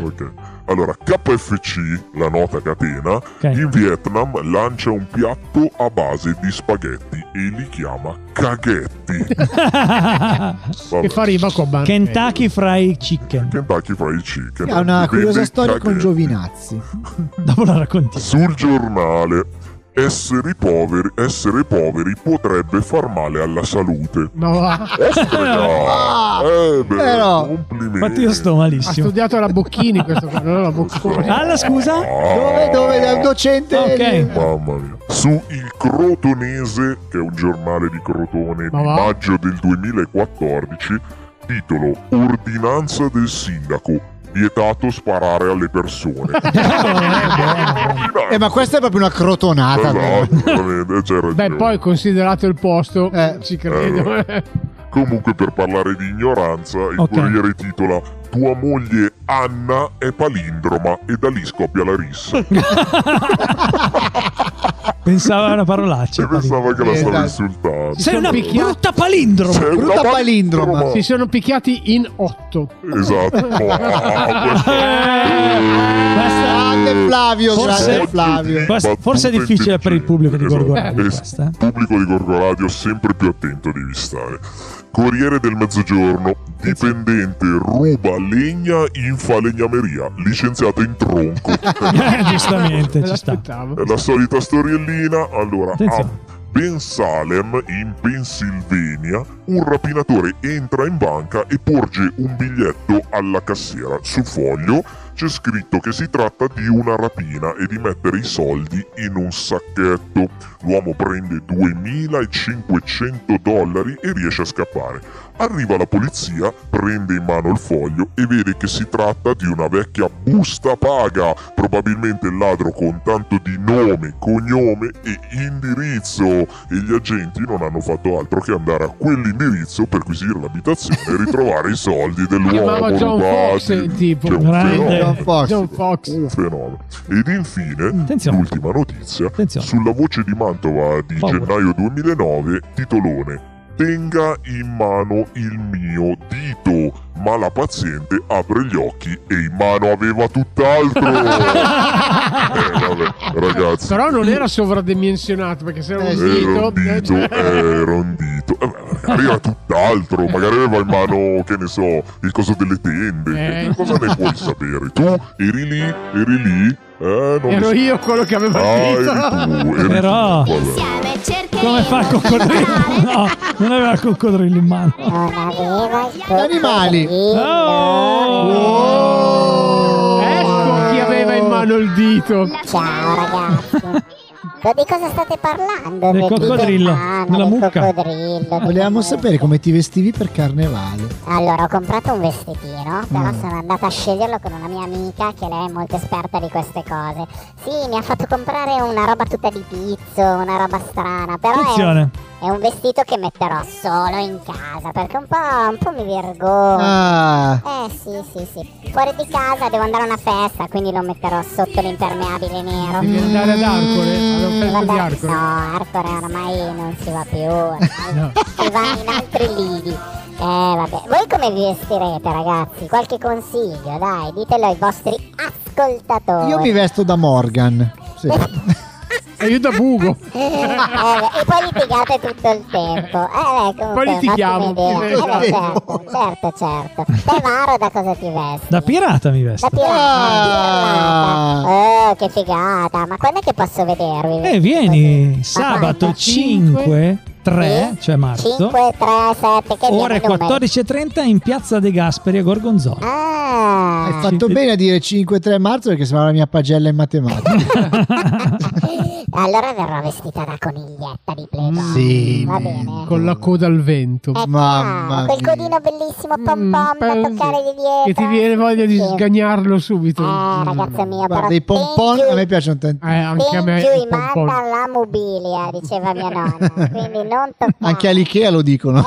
[SPEAKER 6] Ok. Allora, KFC, la nota catena,
[SPEAKER 3] Ok.
[SPEAKER 6] in Vietnam lancia un piatto a base di spaghetti e li chiama caghetti. Vabbè.
[SPEAKER 5] che fa rima con Ban-
[SPEAKER 3] Kentucky Fried Chicken.
[SPEAKER 6] Kentucky Fried Chicken.
[SPEAKER 9] Ha una
[SPEAKER 6] Vende
[SPEAKER 9] curiosa storia con
[SPEAKER 6] caghetti.
[SPEAKER 9] Giovinazzi.
[SPEAKER 3] Dopo la racconti.
[SPEAKER 6] Sul giornale, essere poveri, essere poveri potrebbe far male alla salute.
[SPEAKER 5] No, ha,
[SPEAKER 6] Eh, frega! eh, beh,
[SPEAKER 9] però-
[SPEAKER 6] complimenti.
[SPEAKER 3] Infatti io sto
[SPEAKER 5] ha
[SPEAKER 3] malissimo.
[SPEAKER 5] studiato la Bocchini questo qua. No, la Bocconi.
[SPEAKER 3] Alla scusa?
[SPEAKER 6] Ah.
[SPEAKER 9] Dove, dove, da un docente? Eh,
[SPEAKER 3] Ok.
[SPEAKER 6] Mamma mia. Su Il Crotonese, che è un giornale di Crotone
[SPEAKER 5] Ma
[SPEAKER 6] di
[SPEAKER 5] va?
[SPEAKER 6] maggio del 2014, titolo Ordinanza del sindaco. Vietato sparare alle persone.
[SPEAKER 3] eh,
[SPEAKER 9] Eh, ma questa è proprio una crotonata.
[SPEAKER 6] Esatto, veramente, c'è ragione.
[SPEAKER 5] Beh, poi considerato il posto,
[SPEAKER 9] Eh.
[SPEAKER 5] ci credo.
[SPEAKER 6] Comunque, per parlare di ignoranza, il
[SPEAKER 3] Ok.
[SPEAKER 6] Corriere titola Tua moglie Anna è palindroma e da lì scoppia la rissa. e
[SPEAKER 3] Pensava a una parolaccia.
[SPEAKER 6] pensava che la
[SPEAKER 9] Eh,
[SPEAKER 6] stavo
[SPEAKER 9] dai.
[SPEAKER 6] insultando.
[SPEAKER 3] Sei una
[SPEAKER 5] picchiato.
[SPEAKER 3] brutta palindroma.
[SPEAKER 6] Sei
[SPEAKER 9] brutta
[SPEAKER 6] una
[SPEAKER 9] palindroma.
[SPEAKER 3] Oh.
[SPEAKER 5] Si sono picchiati in otto.
[SPEAKER 6] Esatto. Ah, questo-
[SPEAKER 3] Eh, questa-
[SPEAKER 9] Grande Flavio,
[SPEAKER 3] Forse-
[SPEAKER 9] grande Flavio.
[SPEAKER 3] questa- forse è difficile per il pubblico di Gorgo Radio.
[SPEAKER 6] Esatto.
[SPEAKER 3] questa.
[SPEAKER 6] pubblico di Gorgoradio sempre più attento devi stare. Corriere del Mezzogiorno, dipendente ruba legna in falegnameria, licenziato in tronco.
[SPEAKER 3] Eh, Giustamente,
[SPEAKER 5] Me
[SPEAKER 3] ci sta. Eh,
[SPEAKER 6] È
[SPEAKER 5] l'aspettavo.
[SPEAKER 6] la solita storiellina. Allora, a
[SPEAKER 3] Attenzione.
[SPEAKER 6] Ben Salem, in Pennsylvania, un rapinatore entra in banca e porge un biglietto alla cassiera. Sul foglio c'è scritto che si tratta di una rapina e di mettere i soldi in un sacchetto. L'uomo prende 2500 dollari e riesce a scappare. Arriva la polizia, prende in mano il foglio e vede che si tratta di una vecchia busta paga, probabilmente il ladro con tanto di nome, cognome e indirizzo. E gli agenti non hanno fatto altro che andare a quell'indirizzo, perquisire l'abitazione e ritrovare i soldi dell'uomo
[SPEAKER 5] Chiamava John Fox,
[SPEAKER 6] rubati.
[SPEAKER 5] il tipo.
[SPEAKER 6] C'è un
[SPEAKER 3] Grande.
[SPEAKER 6] fenomeno.
[SPEAKER 9] John Fox.
[SPEAKER 5] John Fox.
[SPEAKER 6] Un fenomeno. Ed infine,
[SPEAKER 5] Mm.
[SPEAKER 3] Attenzione.
[SPEAKER 6] l'ultima notizia,
[SPEAKER 3] Attenzione.
[SPEAKER 6] sulla voce di Mantova di
[SPEAKER 3] Paura.
[SPEAKER 6] gennaio 2009, titolone. Tenga in mano il mio dito, ma la paziente apre gli occhi e in mano aveva tutt'altro. eh, vabbè, ragazzi.
[SPEAKER 5] Però
[SPEAKER 3] Mm.
[SPEAKER 5] non era sovradimensionato perché se era un
[SPEAKER 6] Era un
[SPEAKER 5] dito. eh,
[SPEAKER 6] dito,
[SPEAKER 5] cioè-
[SPEAKER 6] era un dito. Eh, Magari era tutt'altro, magari aveva in mano, che ne so, il coso delle tende.
[SPEAKER 5] Eh.
[SPEAKER 6] Che Cosa ne puoi sapere? Tu eri lì, eri lì. Eh, non
[SPEAKER 5] Ero
[SPEAKER 6] lo so.
[SPEAKER 5] io quello che aveva
[SPEAKER 6] Ah,
[SPEAKER 5] il
[SPEAKER 6] eri
[SPEAKER 5] dito.
[SPEAKER 6] tu, eri
[SPEAKER 3] Però-
[SPEAKER 6] tu. Vabbè.
[SPEAKER 3] Come fa il coccodrillo? No, non aveva il coccodrillo in mano.
[SPEAKER 9] Gli animali.
[SPEAKER 3] Oh!
[SPEAKER 5] Ecco chi aveva in mano il dito.
[SPEAKER 1] Ciao ragazzi. Ma di cosa state parlando? Ah,
[SPEAKER 3] Del coccodrillo, della
[SPEAKER 1] del
[SPEAKER 3] mucca.
[SPEAKER 1] coccodrillo. di-
[SPEAKER 9] Volevamo sapere come ti vestivi per carnevale.
[SPEAKER 1] Allora, ho comprato un vestitino, però
[SPEAKER 3] Ah.
[SPEAKER 9] Mm.
[SPEAKER 1] sono andata a sceglierlo con una mia amica che lei è molto esperta di queste cose. Sì, mi ha fatto comprare una roba tutta di pizzo, una roba strana, però è,
[SPEAKER 3] Attenzione.
[SPEAKER 1] è un vestito che metterò solo in casa, perché un po', un po' mi vergogno.
[SPEAKER 9] Ah,
[SPEAKER 1] Eh sì, sì, sì. Fuori di casa devo andare a una festa, quindi lo metterò sotto l'impermeabile nero.
[SPEAKER 5] Devi andare ad Arcore, alla festa di
[SPEAKER 1] Vabbè,
[SPEAKER 5] Arcore.
[SPEAKER 1] No, Arcore ormai non si va più, ormai si va in altri lidi. Eh vabbè, voi come vi vestirete ragazzi? Qualche consiglio, dai, ditelo ai vostri ascoltatori.
[SPEAKER 9] io mi vesto da Morgan. Sì.
[SPEAKER 5] E io da bugo.
[SPEAKER 1] Eh, eh, e poi litigate tutto il tempo. Eh, beh, comunque,
[SPEAKER 5] Poi litighiamo.
[SPEAKER 1] un'ottima idea. Eh, beh, certo, certo, certo. Te Maro da cosa ti vesti?
[SPEAKER 3] Da pirata mi
[SPEAKER 1] La
[SPEAKER 3] veste.
[SPEAKER 9] Ah.
[SPEAKER 1] pirata. Oh, che figata. Ma quando è che posso vedervi?
[SPEAKER 3] E Eh, vieni sabato
[SPEAKER 1] quando?
[SPEAKER 3] 5, 3, cioè marzo,
[SPEAKER 1] 5, 3, 7, che
[SPEAKER 3] ore
[SPEAKER 1] viene
[SPEAKER 3] 14.30 in piazza De Gasperi a Gorgonzola.
[SPEAKER 1] Ah,
[SPEAKER 3] Eh
[SPEAKER 9] Hai fatto bene a dire 5-3 marzo perché sembra la mia pagella in matematica.
[SPEAKER 1] allora verrò vestita da coniglietta di Playboy.
[SPEAKER 9] Sì,
[SPEAKER 1] va
[SPEAKER 9] mm,
[SPEAKER 1] bene.
[SPEAKER 5] Con la coda al vento.
[SPEAKER 1] Eh,
[SPEAKER 9] Mamma
[SPEAKER 1] ciao, quel
[SPEAKER 9] mia.
[SPEAKER 1] codino bellissimo pom pom
[SPEAKER 5] Mm,
[SPEAKER 1] da
[SPEAKER 5] penso.
[SPEAKER 1] toccare di dietro.
[SPEAKER 5] Che ti viene voglia di
[SPEAKER 1] Sì.
[SPEAKER 5] sgagnarlo subito. Mm.
[SPEAKER 1] Eh, ragazzo mio, però
[SPEAKER 9] Guarda, i pompon
[SPEAKER 1] thank
[SPEAKER 9] a me
[SPEAKER 1] you-
[SPEAKER 9] piacciono tanto.
[SPEAKER 5] Eh, anche a me.
[SPEAKER 1] thank you,
[SPEAKER 5] il pompon.
[SPEAKER 1] manca la mobilia, diceva mia nonna. Quindi non toccare. Eh,
[SPEAKER 9] Anche all'Ikea lo dicono.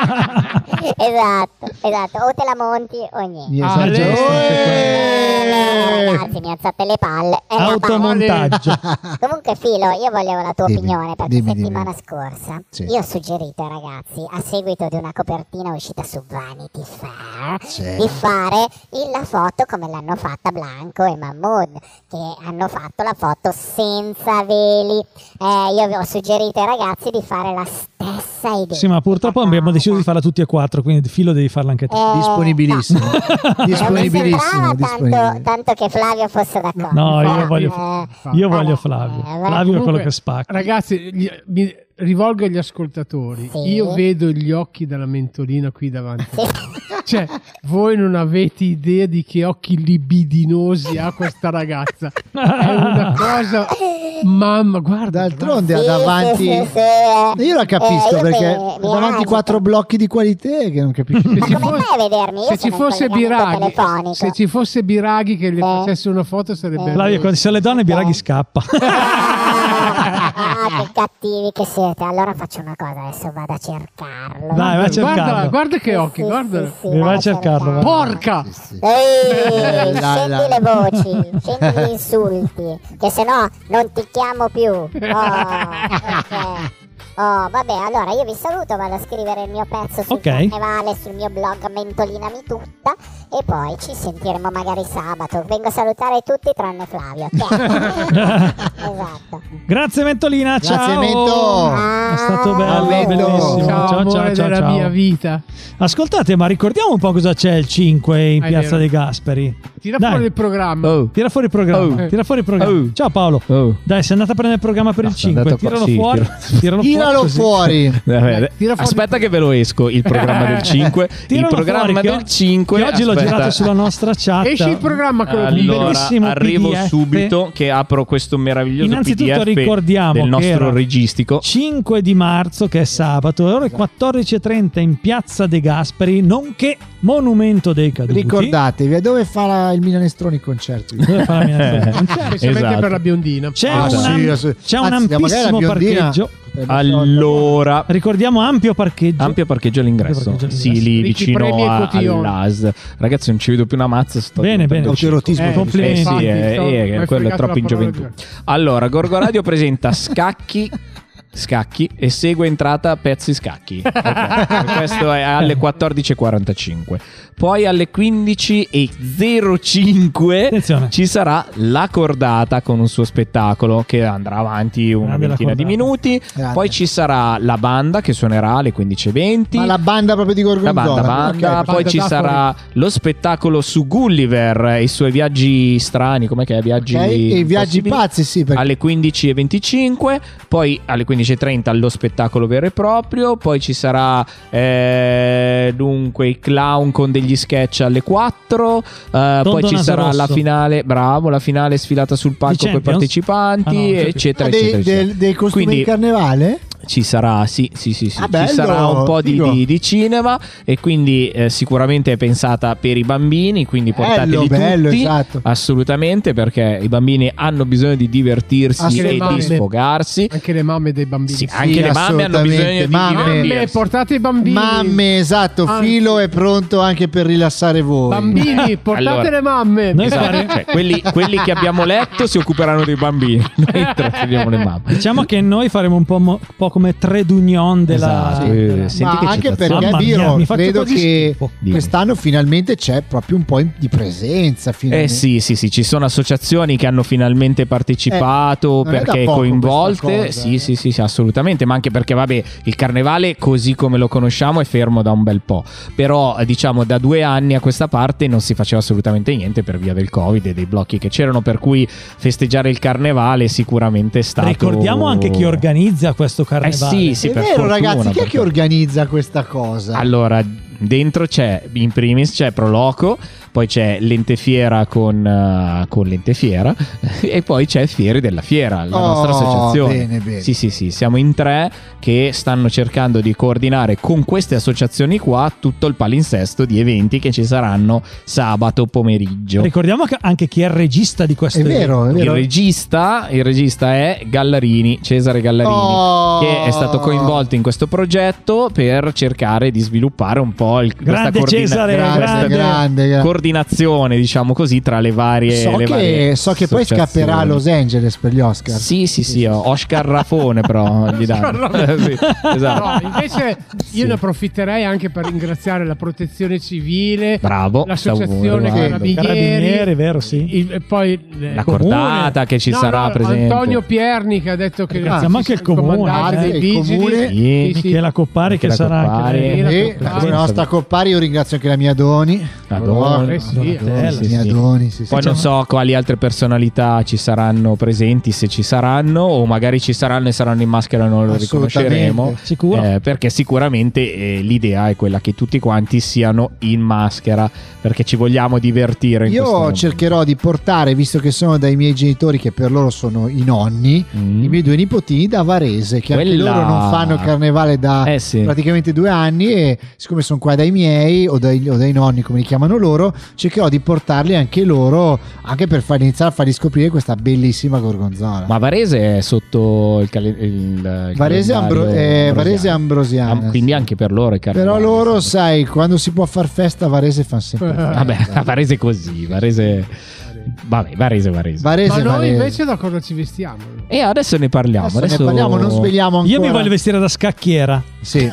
[SPEAKER 1] esatto, esatto, o te la monti o niente.
[SPEAKER 9] Mi
[SPEAKER 5] Ah,
[SPEAKER 9] esagero
[SPEAKER 5] lei-
[SPEAKER 1] Eh,
[SPEAKER 9] sempre qua.
[SPEAKER 1] Ragazzi, mi alzate le palle. Eh,
[SPEAKER 3] Automontaggio.
[SPEAKER 1] Comunque, Filo, io volevo la tua
[SPEAKER 9] Ah. Dimmi,
[SPEAKER 1] opinione perché
[SPEAKER 9] dimmi,
[SPEAKER 1] settimana scorsa
[SPEAKER 9] Sì.
[SPEAKER 1] io ho suggerito ai ragazzi, a seguito di una copertina uscita su Vanity Fair,
[SPEAKER 9] Sì.
[SPEAKER 1] di fare il- la foto come l'hanno fatta Blanco e Mahmood, che hanno fatto la foto senza veli. Eh, io ho suggerito ai ragazzi di fare la stessa idea.
[SPEAKER 3] Sì, ma purtroppo
[SPEAKER 5] ah,
[SPEAKER 3] abbiamo deciso di farla tutti e quattro, quindi filo devi farla anche te.
[SPEAKER 1] Eh,
[SPEAKER 9] Disponibilissimo. Disponibilissimo.
[SPEAKER 1] non mi sembrava
[SPEAKER 9] disponibile.
[SPEAKER 1] tanto, tanto che Flavio fosse d'accordo.
[SPEAKER 3] No,
[SPEAKER 5] infatti,
[SPEAKER 3] io voglio,
[SPEAKER 1] eh,
[SPEAKER 3] io
[SPEAKER 1] vabbè,
[SPEAKER 3] voglio
[SPEAKER 1] eh,
[SPEAKER 3] Flavio.
[SPEAKER 1] vabbè.
[SPEAKER 3] Flavio è quello
[SPEAKER 5] Comunque,
[SPEAKER 3] che spacca.
[SPEAKER 5] Ragazzi, gli- mi rivolgo agli ascoltatori.
[SPEAKER 1] Sì.
[SPEAKER 5] Io vedo gli occhi della mentolina qui davanti. Cioè, voi non avete idea di che occhi libidinosi ha questa ragazza. È una cosa... Mamma, guarda.
[SPEAKER 9] D'altronde ha
[SPEAKER 1] Sì,
[SPEAKER 9] davanti.
[SPEAKER 1] sì, sì, sì, eh.
[SPEAKER 9] Io la capisco
[SPEAKER 1] Eh, io
[SPEAKER 9] perché
[SPEAKER 1] mi-
[SPEAKER 9] ha
[SPEAKER 1] mi
[SPEAKER 9] davanti
[SPEAKER 1] agito.
[SPEAKER 9] quattro blocchi di qualità che non capisco.
[SPEAKER 5] guarda.
[SPEAKER 1] Ma come fai a vedermi? Io
[SPEAKER 5] se ci
[SPEAKER 1] sono in
[SPEAKER 5] fosse
[SPEAKER 1] collegamento
[SPEAKER 5] Biraghi,
[SPEAKER 1] telefonico.
[SPEAKER 5] se ci fosse Biraghi che le
[SPEAKER 1] Eh.
[SPEAKER 5] facesse una foto sarebbe
[SPEAKER 1] Eh.
[SPEAKER 3] Flavio, quando ci sono le donne, Biraghi scappa.
[SPEAKER 1] Ah, che cattivi che siete. Allora faccio una cosa, adesso vado a cercarlo.
[SPEAKER 3] Dai, vai a
[SPEAKER 5] guarda,
[SPEAKER 3] cercarlo.
[SPEAKER 5] guarda che occhi,
[SPEAKER 1] Sì,
[SPEAKER 5] guarda.
[SPEAKER 1] sì, sì,
[SPEAKER 3] Vai a cercarlo, vai.
[SPEAKER 5] Porca!
[SPEAKER 1] Ehi,
[SPEAKER 9] Là,
[SPEAKER 1] scendi
[SPEAKER 9] là.
[SPEAKER 1] le voci, scendi gli insulti, che se no non ti chiamo più. Oh, ok. Oh, vabbè, allora io vi saluto, vado a scrivere il mio pezzo sul
[SPEAKER 3] Ok.
[SPEAKER 1] carnevale, sul mio blog Mentolinami tutta e poi ci sentiremo magari sabato. Vengo a salutare tutti tranne Flavio. ok? esatto.
[SPEAKER 3] Grazie Mentolina,
[SPEAKER 9] Grazie,
[SPEAKER 3] ciao.
[SPEAKER 9] Mento.
[SPEAKER 3] È stato bello,
[SPEAKER 9] Mento.
[SPEAKER 3] bellissimo.
[SPEAKER 5] Ciao,
[SPEAKER 3] Ciao,
[SPEAKER 5] amore
[SPEAKER 3] ciao, ciao,
[SPEAKER 5] della
[SPEAKER 3] ciao.
[SPEAKER 5] mia vita.
[SPEAKER 3] Ascoltate, ma ricordiamo un po' cosa c'è il 5 in
[SPEAKER 5] Ah, è
[SPEAKER 3] Piazza
[SPEAKER 5] vero.
[SPEAKER 3] dei Gasperi.
[SPEAKER 5] Tira
[SPEAKER 3] Dai.
[SPEAKER 5] fuori il programma.
[SPEAKER 4] Oh.
[SPEAKER 3] Tira fuori il programma.
[SPEAKER 4] Oh.
[SPEAKER 3] Tira fuori il programma.
[SPEAKER 4] Oh.
[SPEAKER 3] Ciao Paolo.
[SPEAKER 4] Oh.
[SPEAKER 3] Dai, sei andata a prendere il programma per
[SPEAKER 4] No,
[SPEAKER 3] il
[SPEAKER 4] sono
[SPEAKER 3] 5.
[SPEAKER 4] andato a-
[SPEAKER 3] Tiralo
[SPEAKER 4] sì,
[SPEAKER 3] fuori.
[SPEAKER 4] tiro-
[SPEAKER 3] Tiralo,
[SPEAKER 9] Tiralo
[SPEAKER 3] fuori. così.
[SPEAKER 9] fuori.
[SPEAKER 4] Eh, Vabbè,
[SPEAKER 5] tira fuori-
[SPEAKER 4] aspetta che ve lo esco il programma del 5 il
[SPEAKER 3] Eh, Tiralo
[SPEAKER 4] programma
[SPEAKER 3] fuori, che
[SPEAKER 4] del
[SPEAKER 3] o-
[SPEAKER 4] 5
[SPEAKER 3] che oggi l'ho
[SPEAKER 4] aspetta.
[SPEAKER 3] girato sulla nostra chat.
[SPEAKER 5] Esci il programma quello
[SPEAKER 4] allora
[SPEAKER 3] bellissimo
[SPEAKER 4] arrivo
[SPEAKER 3] PDF.
[SPEAKER 4] subito che apro questo meraviglioso
[SPEAKER 3] Innanzitutto
[SPEAKER 4] PDF
[SPEAKER 3] ricordiamo
[SPEAKER 4] del
[SPEAKER 3] che
[SPEAKER 4] nostro
[SPEAKER 3] era
[SPEAKER 4] registico
[SPEAKER 3] 5 di marzo, che è sabato, alle ore 14.30 in Piazza De Gasperi, nonché Monumento dei Caduti.
[SPEAKER 9] Ricordatevi, a dove farà il Milanestroni i concerti?
[SPEAKER 3] Dove fa la mia-
[SPEAKER 5] Specialmente
[SPEAKER 4] Esatto.
[SPEAKER 5] per la biondina.
[SPEAKER 3] C'è
[SPEAKER 9] Ah,
[SPEAKER 3] un,
[SPEAKER 9] sì,
[SPEAKER 3] am-
[SPEAKER 9] sì.
[SPEAKER 3] c'è un
[SPEAKER 9] Anzi, magari la
[SPEAKER 3] ampissimo
[SPEAKER 9] biondina
[SPEAKER 3] parcheggio.
[SPEAKER 9] potrebbe fare una
[SPEAKER 4] allora
[SPEAKER 3] Ricordiamo ampio parcheggio.
[SPEAKER 4] ampio parcheggio all'ingresso
[SPEAKER 3] Ampio parcheggio
[SPEAKER 4] sì lì
[SPEAKER 5] all'ingresso. Ricchi premi e
[SPEAKER 4] vicino a,
[SPEAKER 5] cotillon.
[SPEAKER 4] all'AS ragazzi non ci vedo più una mazza sto
[SPEAKER 3] Bene,
[SPEAKER 4] diventando
[SPEAKER 3] bene.
[SPEAKER 4] cieco.
[SPEAKER 9] Autoerotismo.
[SPEAKER 5] Eh,
[SPEAKER 3] Complimenti.
[SPEAKER 4] Eh sì,
[SPEAKER 5] infatti,
[SPEAKER 4] eh,
[SPEAKER 5] so-
[SPEAKER 4] eh,
[SPEAKER 5] mi hai
[SPEAKER 4] quello è
[SPEAKER 5] fregato
[SPEAKER 4] troppo
[SPEAKER 5] la
[SPEAKER 4] in
[SPEAKER 5] parola
[SPEAKER 4] gioventù. Allora, Gorgo Radio presenta Scacchi Scacchi e segue entrata pezzi scacchi. Ok, Questo è alle 14.45. Poi alle 15.05
[SPEAKER 3] Attenzione.
[SPEAKER 4] ci sarà La Cordata con un suo spettacolo che andrà avanti una
[SPEAKER 3] Grande La
[SPEAKER 4] ventina di
[SPEAKER 3] Cordata.
[SPEAKER 4] minuti.
[SPEAKER 9] Grande.
[SPEAKER 4] Poi ci sarà la banda che suonerà alle 15.20.
[SPEAKER 9] Ma la banda proprio di
[SPEAKER 4] La banda,
[SPEAKER 9] Gorgonzola.
[SPEAKER 4] banda.
[SPEAKER 9] ok,
[SPEAKER 4] poi
[SPEAKER 5] banda
[SPEAKER 4] ci
[SPEAKER 5] da
[SPEAKER 4] sarà lo spettacolo su Gulliver e i suoi viaggi strani, com'è che è? Viaggi
[SPEAKER 9] ok, e i viaggi
[SPEAKER 4] impossibili?
[SPEAKER 9] pazzi, sì, perché
[SPEAKER 4] alle 15.25, poi alle 15.30 lo spettacolo vero e proprio, poi ci sarà eh, dunque i clown con degli sketch alle 4, eh, poi ci
[SPEAKER 3] Naso
[SPEAKER 4] sarà la
[SPEAKER 3] Rosso.
[SPEAKER 4] finale, bravo, la finale sfilata sul palco con i
[SPEAKER 3] Champions?
[SPEAKER 4] partecipanti,
[SPEAKER 3] Ah, no, non c'è più.
[SPEAKER 4] eccetera,
[SPEAKER 9] Ah,
[SPEAKER 4] eccetera.
[SPEAKER 9] dei,
[SPEAKER 4] eccetera.
[SPEAKER 9] del- dei costumi
[SPEAKER 4] Quindi-
[SPEAKER 9] di carnevale?
[SPEAKER 4] Ci sarà, sì, sì, sì, sì.
[SPEAKER 9] Ah,
[SPEAKER 4] ci
[SPEAKER 9] bello,
[SPEAKER 4] sarà un po' di,
[SPEAKER 9] figo.
[SPEAKER 4] di- di cinema e quindi eh, sicuramente è pensata per i bambini, quindi
[SPEAKER 9] Bello,
[SPEAKER 4] portateli
[SPEAKER 9] bello,
[SPEAKER 4] tutti.
[SPEAKER 9] esatto.
[SPEAKER 4] Assolutamente, perché i bambini hanno bisogno di divertirsi
[SPEAKER 5] Anche le
[SPEAKER 4] e di
[SPEAKER 5] mamme.
[SPEAKER 4] sfogarsi.
[SPEAKER 5] Anche le mamme dei bambini.
[SPEAKER 4] Sì, anche
[SPEAKER 9] Sì,
[SPEAKER 4] le mamme hanno bisogno di
[SPEAKER 9] assolutamente, mamme.
[SPEAKER 5] Mamme,
[SPEAKER 4] divertirsi.
[SPEAKER 5] portate i bambini.
[SPEAKER 9] Mamme, esatto,
[SPEAKER 5] Anzi.
[SPEAKER 9] Filo è pronto anche per rilassare voi.
[SPEAKER 5] Bambini, portate
[SPEAKER 4] Allora.
[SPEAKER 5] le mamme.
[SPEAKER 3] Noi
[SPEAKER 4] Esatto, cioè, quelli, quelli che abbiamo letto si occuperanno dei bambini, noi tratteniamo le mamme.
[SPEAKER 3] Diciamo che noi faremo un po', mo- un po' come tre d'union della...
[SPEAKER 4] Esatto, eh,
[SPEAKER 3] della-
[SPEAKER 4] senti
[SPEAKER 9] Ma
[SPEAKER 4] che
[SPEAKER 9] anche
[SPEAKER 4] citazione.
[SPEAKER 9] perché
[SPEAKER 3] Mamma mia,
[SPEAKER 9] Biro,
[SPEAKER 3] mi faccio
[SPEAKER 9] credo
[SPEAKER 3] quasi
[SPEAKER 9] che
[SPEAKER 3] schifo.
[SPEAKER 4] Dimmi.
[SPEAKER 9] quest'anno finalmente c'è proprio un po' in- di presenza.
[SPEAKER 4] Eh
[SPEAKER 9] finalmente.
[SPEAKER 4] sì, sì, sì, ci sono associazioni che hanno finalmente partecipato
[SPEAKER 9] Eh, non è da
[SPEAKER 4] perché
[SPEAKER 9] poco
[SPEAKER 4] coinvolte.
[SPEAKER 9] questa cosa,
[SPEAKER 4] sì,
[SPEAKER 9] eh.
[SPEAKER 4] sì, sì, sì, assolutamente, ma anche perché vabbè, il carnevale così come lo conosciamo è fermo da un bel po', però eh, diciamo da due anni a questa parte non si faceva assolutamente niente per via del Covid e dei blocchi che c'erano, per cui festeggiare il carnevale è sicuramente stato...
[SPEAKER 3] Ricordiamo anche chi organizza questo
[SPEAKER 4] Eh
[SPEAKER 3] carnevale.
[SPEAKER 4] sì, sì,
[SPEAKER 9] è
[SPEAKER 4] per
[SPEAKER 9] vero,
[SPEAKER 4] fortuna,
[SPEAKER 9] ragazzi, chi è
[SPEAKER 4] perché-
[SPEAKER 9] che organizza questa cosa?
[SPEAKER 4] allora, dentro c'è, in primis c'è Proloco, poi c'è Lentefiera con, eh, con Lentefiera e poi c'è Fieri della Fiera, la
[SPEAKER 9] Oh,
[SPEAKER 4] nostra associazione.
[SPEAKER 9] Bene, bene.
[SPEAKER 4] Sì, sì, sì, siamo in tre che stanno cercando di coordinare con queste associazioni qua tutto il palinsesto di eventi che ci saranno sabato pomeriggio.
[SPEAKER 3] Ricordiamo che- anche chi è il regista di questo
[SPEAKER 9] È vero, è
[SPEAKER 4] Il
[SPEAKER 9] vero.
[SPEAKER 4] regista, il regista è Gallarini, Cesare Gallarini,
[SPEAKER 9] Oh.
[SPEAKER 4] che è stato coinvolto in questo progetto per cercare di sviluppare un po' il, questa
[SPEAKER 3] Grande
[SPEAKER 4] coordina-
[SPEAKER 3] Cesare,
[SPEAKER 4] questa
[SPEAKER 9] grande,
[SPEAKER 3] grande.
[SPEAKER 9] grande, grande.
[SPEAKER 4] coordinazione, diciamo così, tra le varie.
[SPEAKER 9] so,
[SPEAKER 4] le
[SPEAKER 9] che,
[SPEAKER 4] varie
[SPEAKER 9] so che poi
[SPEAKER 4] associazioni.
[SPEAKER 9] scapperà a Los Angeles per gli Oscar.
[SPEAKER 4] Sì, oh. sì, sì, Oscar Rafone, però gli danno. Sì,
[SPEAKER 5] No,
[SPEAKER 4] esatto.
[SPEAKER 5] invece
[SPEAKER 4] Sì.
[SPEAKER 5] io ne approfitterei anche per ringraziare la protezione civile,
[SPEAKER 4] Bravo,
[SPEAKER 5] l'associazione
[SPEAKER 9] stavo
[SPEAKER 5] Carabinieri,
[SPEAKER 9] guardando.
[SPEAKER 3] Carabinieri, vero, sì.
[SPEAKER 5] il- e poi eh,
[SPEAKER 4] La
[SPEAKER 3] comune.
[SPEAKER 4] cordata che ci
[SPEAKER 5] no,
[SPEAKER 4] sarà
[SPEAKER 5] no,
[SPEAKER 4] presente.
[SPEAKER 5] Antonio Pierni che ha detto che
[SPEAKER 3] Ringraziamo Eh, anche il comune,
[SPEAKER 5] comandante
[SPEAKER 9] eh,
[SPEAKER 5] dei
[SPEAKER 9] il
[SPEAKER 5] vigili,
[SPEAKER 9] comune.
[SPEAKER 4] Sì.
[SPEAKER 5] Sì, sì.
[SPEAKER 3] Michela Coppari che
[SPEAKER 4] Michela
[SPEAKER 3] sarà
[SPEAKER 4] Coppari.
[SPEAKER 3] anche lei.
[SPEAKER 4] Eh,
[SPEAKER 9] E la
[SPEAKER 5] Coppari.
[SPEAKER 9] nostra Coppari, io ringrazio anche la mia Doni. Oh,
[SPEAKER 4] Madonna,
[SPEAKER 5] Eh sì, eh,
[SPEAKER 9] Doni,
[SPEAKER 3] sì,
[SPEAKER 9] mia
[SPEAKER 4] sì.
[SPEAKER 9] Doni, sì, sì.
[SPEAKER 4] Poi non
[SPEAKER 9] Cioè,
[SPEAKER 4] so quali altre personalità ci saranno presenti, se ci saranno, o magari ci saranno e saranno in maschera e non lo
[SPEAKER 9] Assolutamente.
[SPEAKER 4] riconosceremo.
[SPEAKER 3] Sicuro?
[SPEAKER 4] Eh, perché sicuramente eh, l'idea è quella che tutti quanti siano in maschera, perché ci vogliamo divertire. In questo
[SPEAKER 9] Io
[SPEAKER 4] momento.
[SPEAKER 9] cercherò di portare, visto che sono dai miei genitori, che per loro sono i nonni,
[SPEAKER 4] Mm.
[SPEAKER 9] i miei due nipotini da Varese, che anche
[SPEAKER 4] Quella-
[SPEAKER 9] loro non fanno il carnevale da
[SPEAKER 4] Eh sì.
[SPEAKER 9] praticamente due anni e siccome sono qua dai miei o dai, o dai nonni, come li chiamano loro, cercherò di portarli anche loro, anche per far iniziare a farli scoprire questa bellissima gorgonzola.
[SPEAKER 4] Ma Varese è sotto il, calen- il- il
[SPEAKER 9] Varese,
[SPEAKER 4] calendario
[SPEAKER 9] Ambro- eh, Varese Ambrosiana.
[SPEAKER 4] Am- quindi anche per loro è carnevale.
[SPEAKER 9] Però loro, sai, quando si può far festa, Varese fa
[SPEAKER 5] Eh.
[SPEAKER 9] sempre festa.
[SPEAKER 4] Vabbè, Varese è così, Varese... Vabbè, Varese, Varese.
[SPEAKER 9] Varese,
[SPEAKER 5] Ma noi
[SPEAKER 9] Varese.
[SPEAKER 5] invece da cosa ci vestiamo?
[SPEAKER 4] e adesso ne parliamo.
[SPEAKER 9] Adesso ne parliamo, non svegliamo ancora.
[SPEAKER 3] Io mi voglio vestire da scacchiera.
[SPEAKER 9] Sì.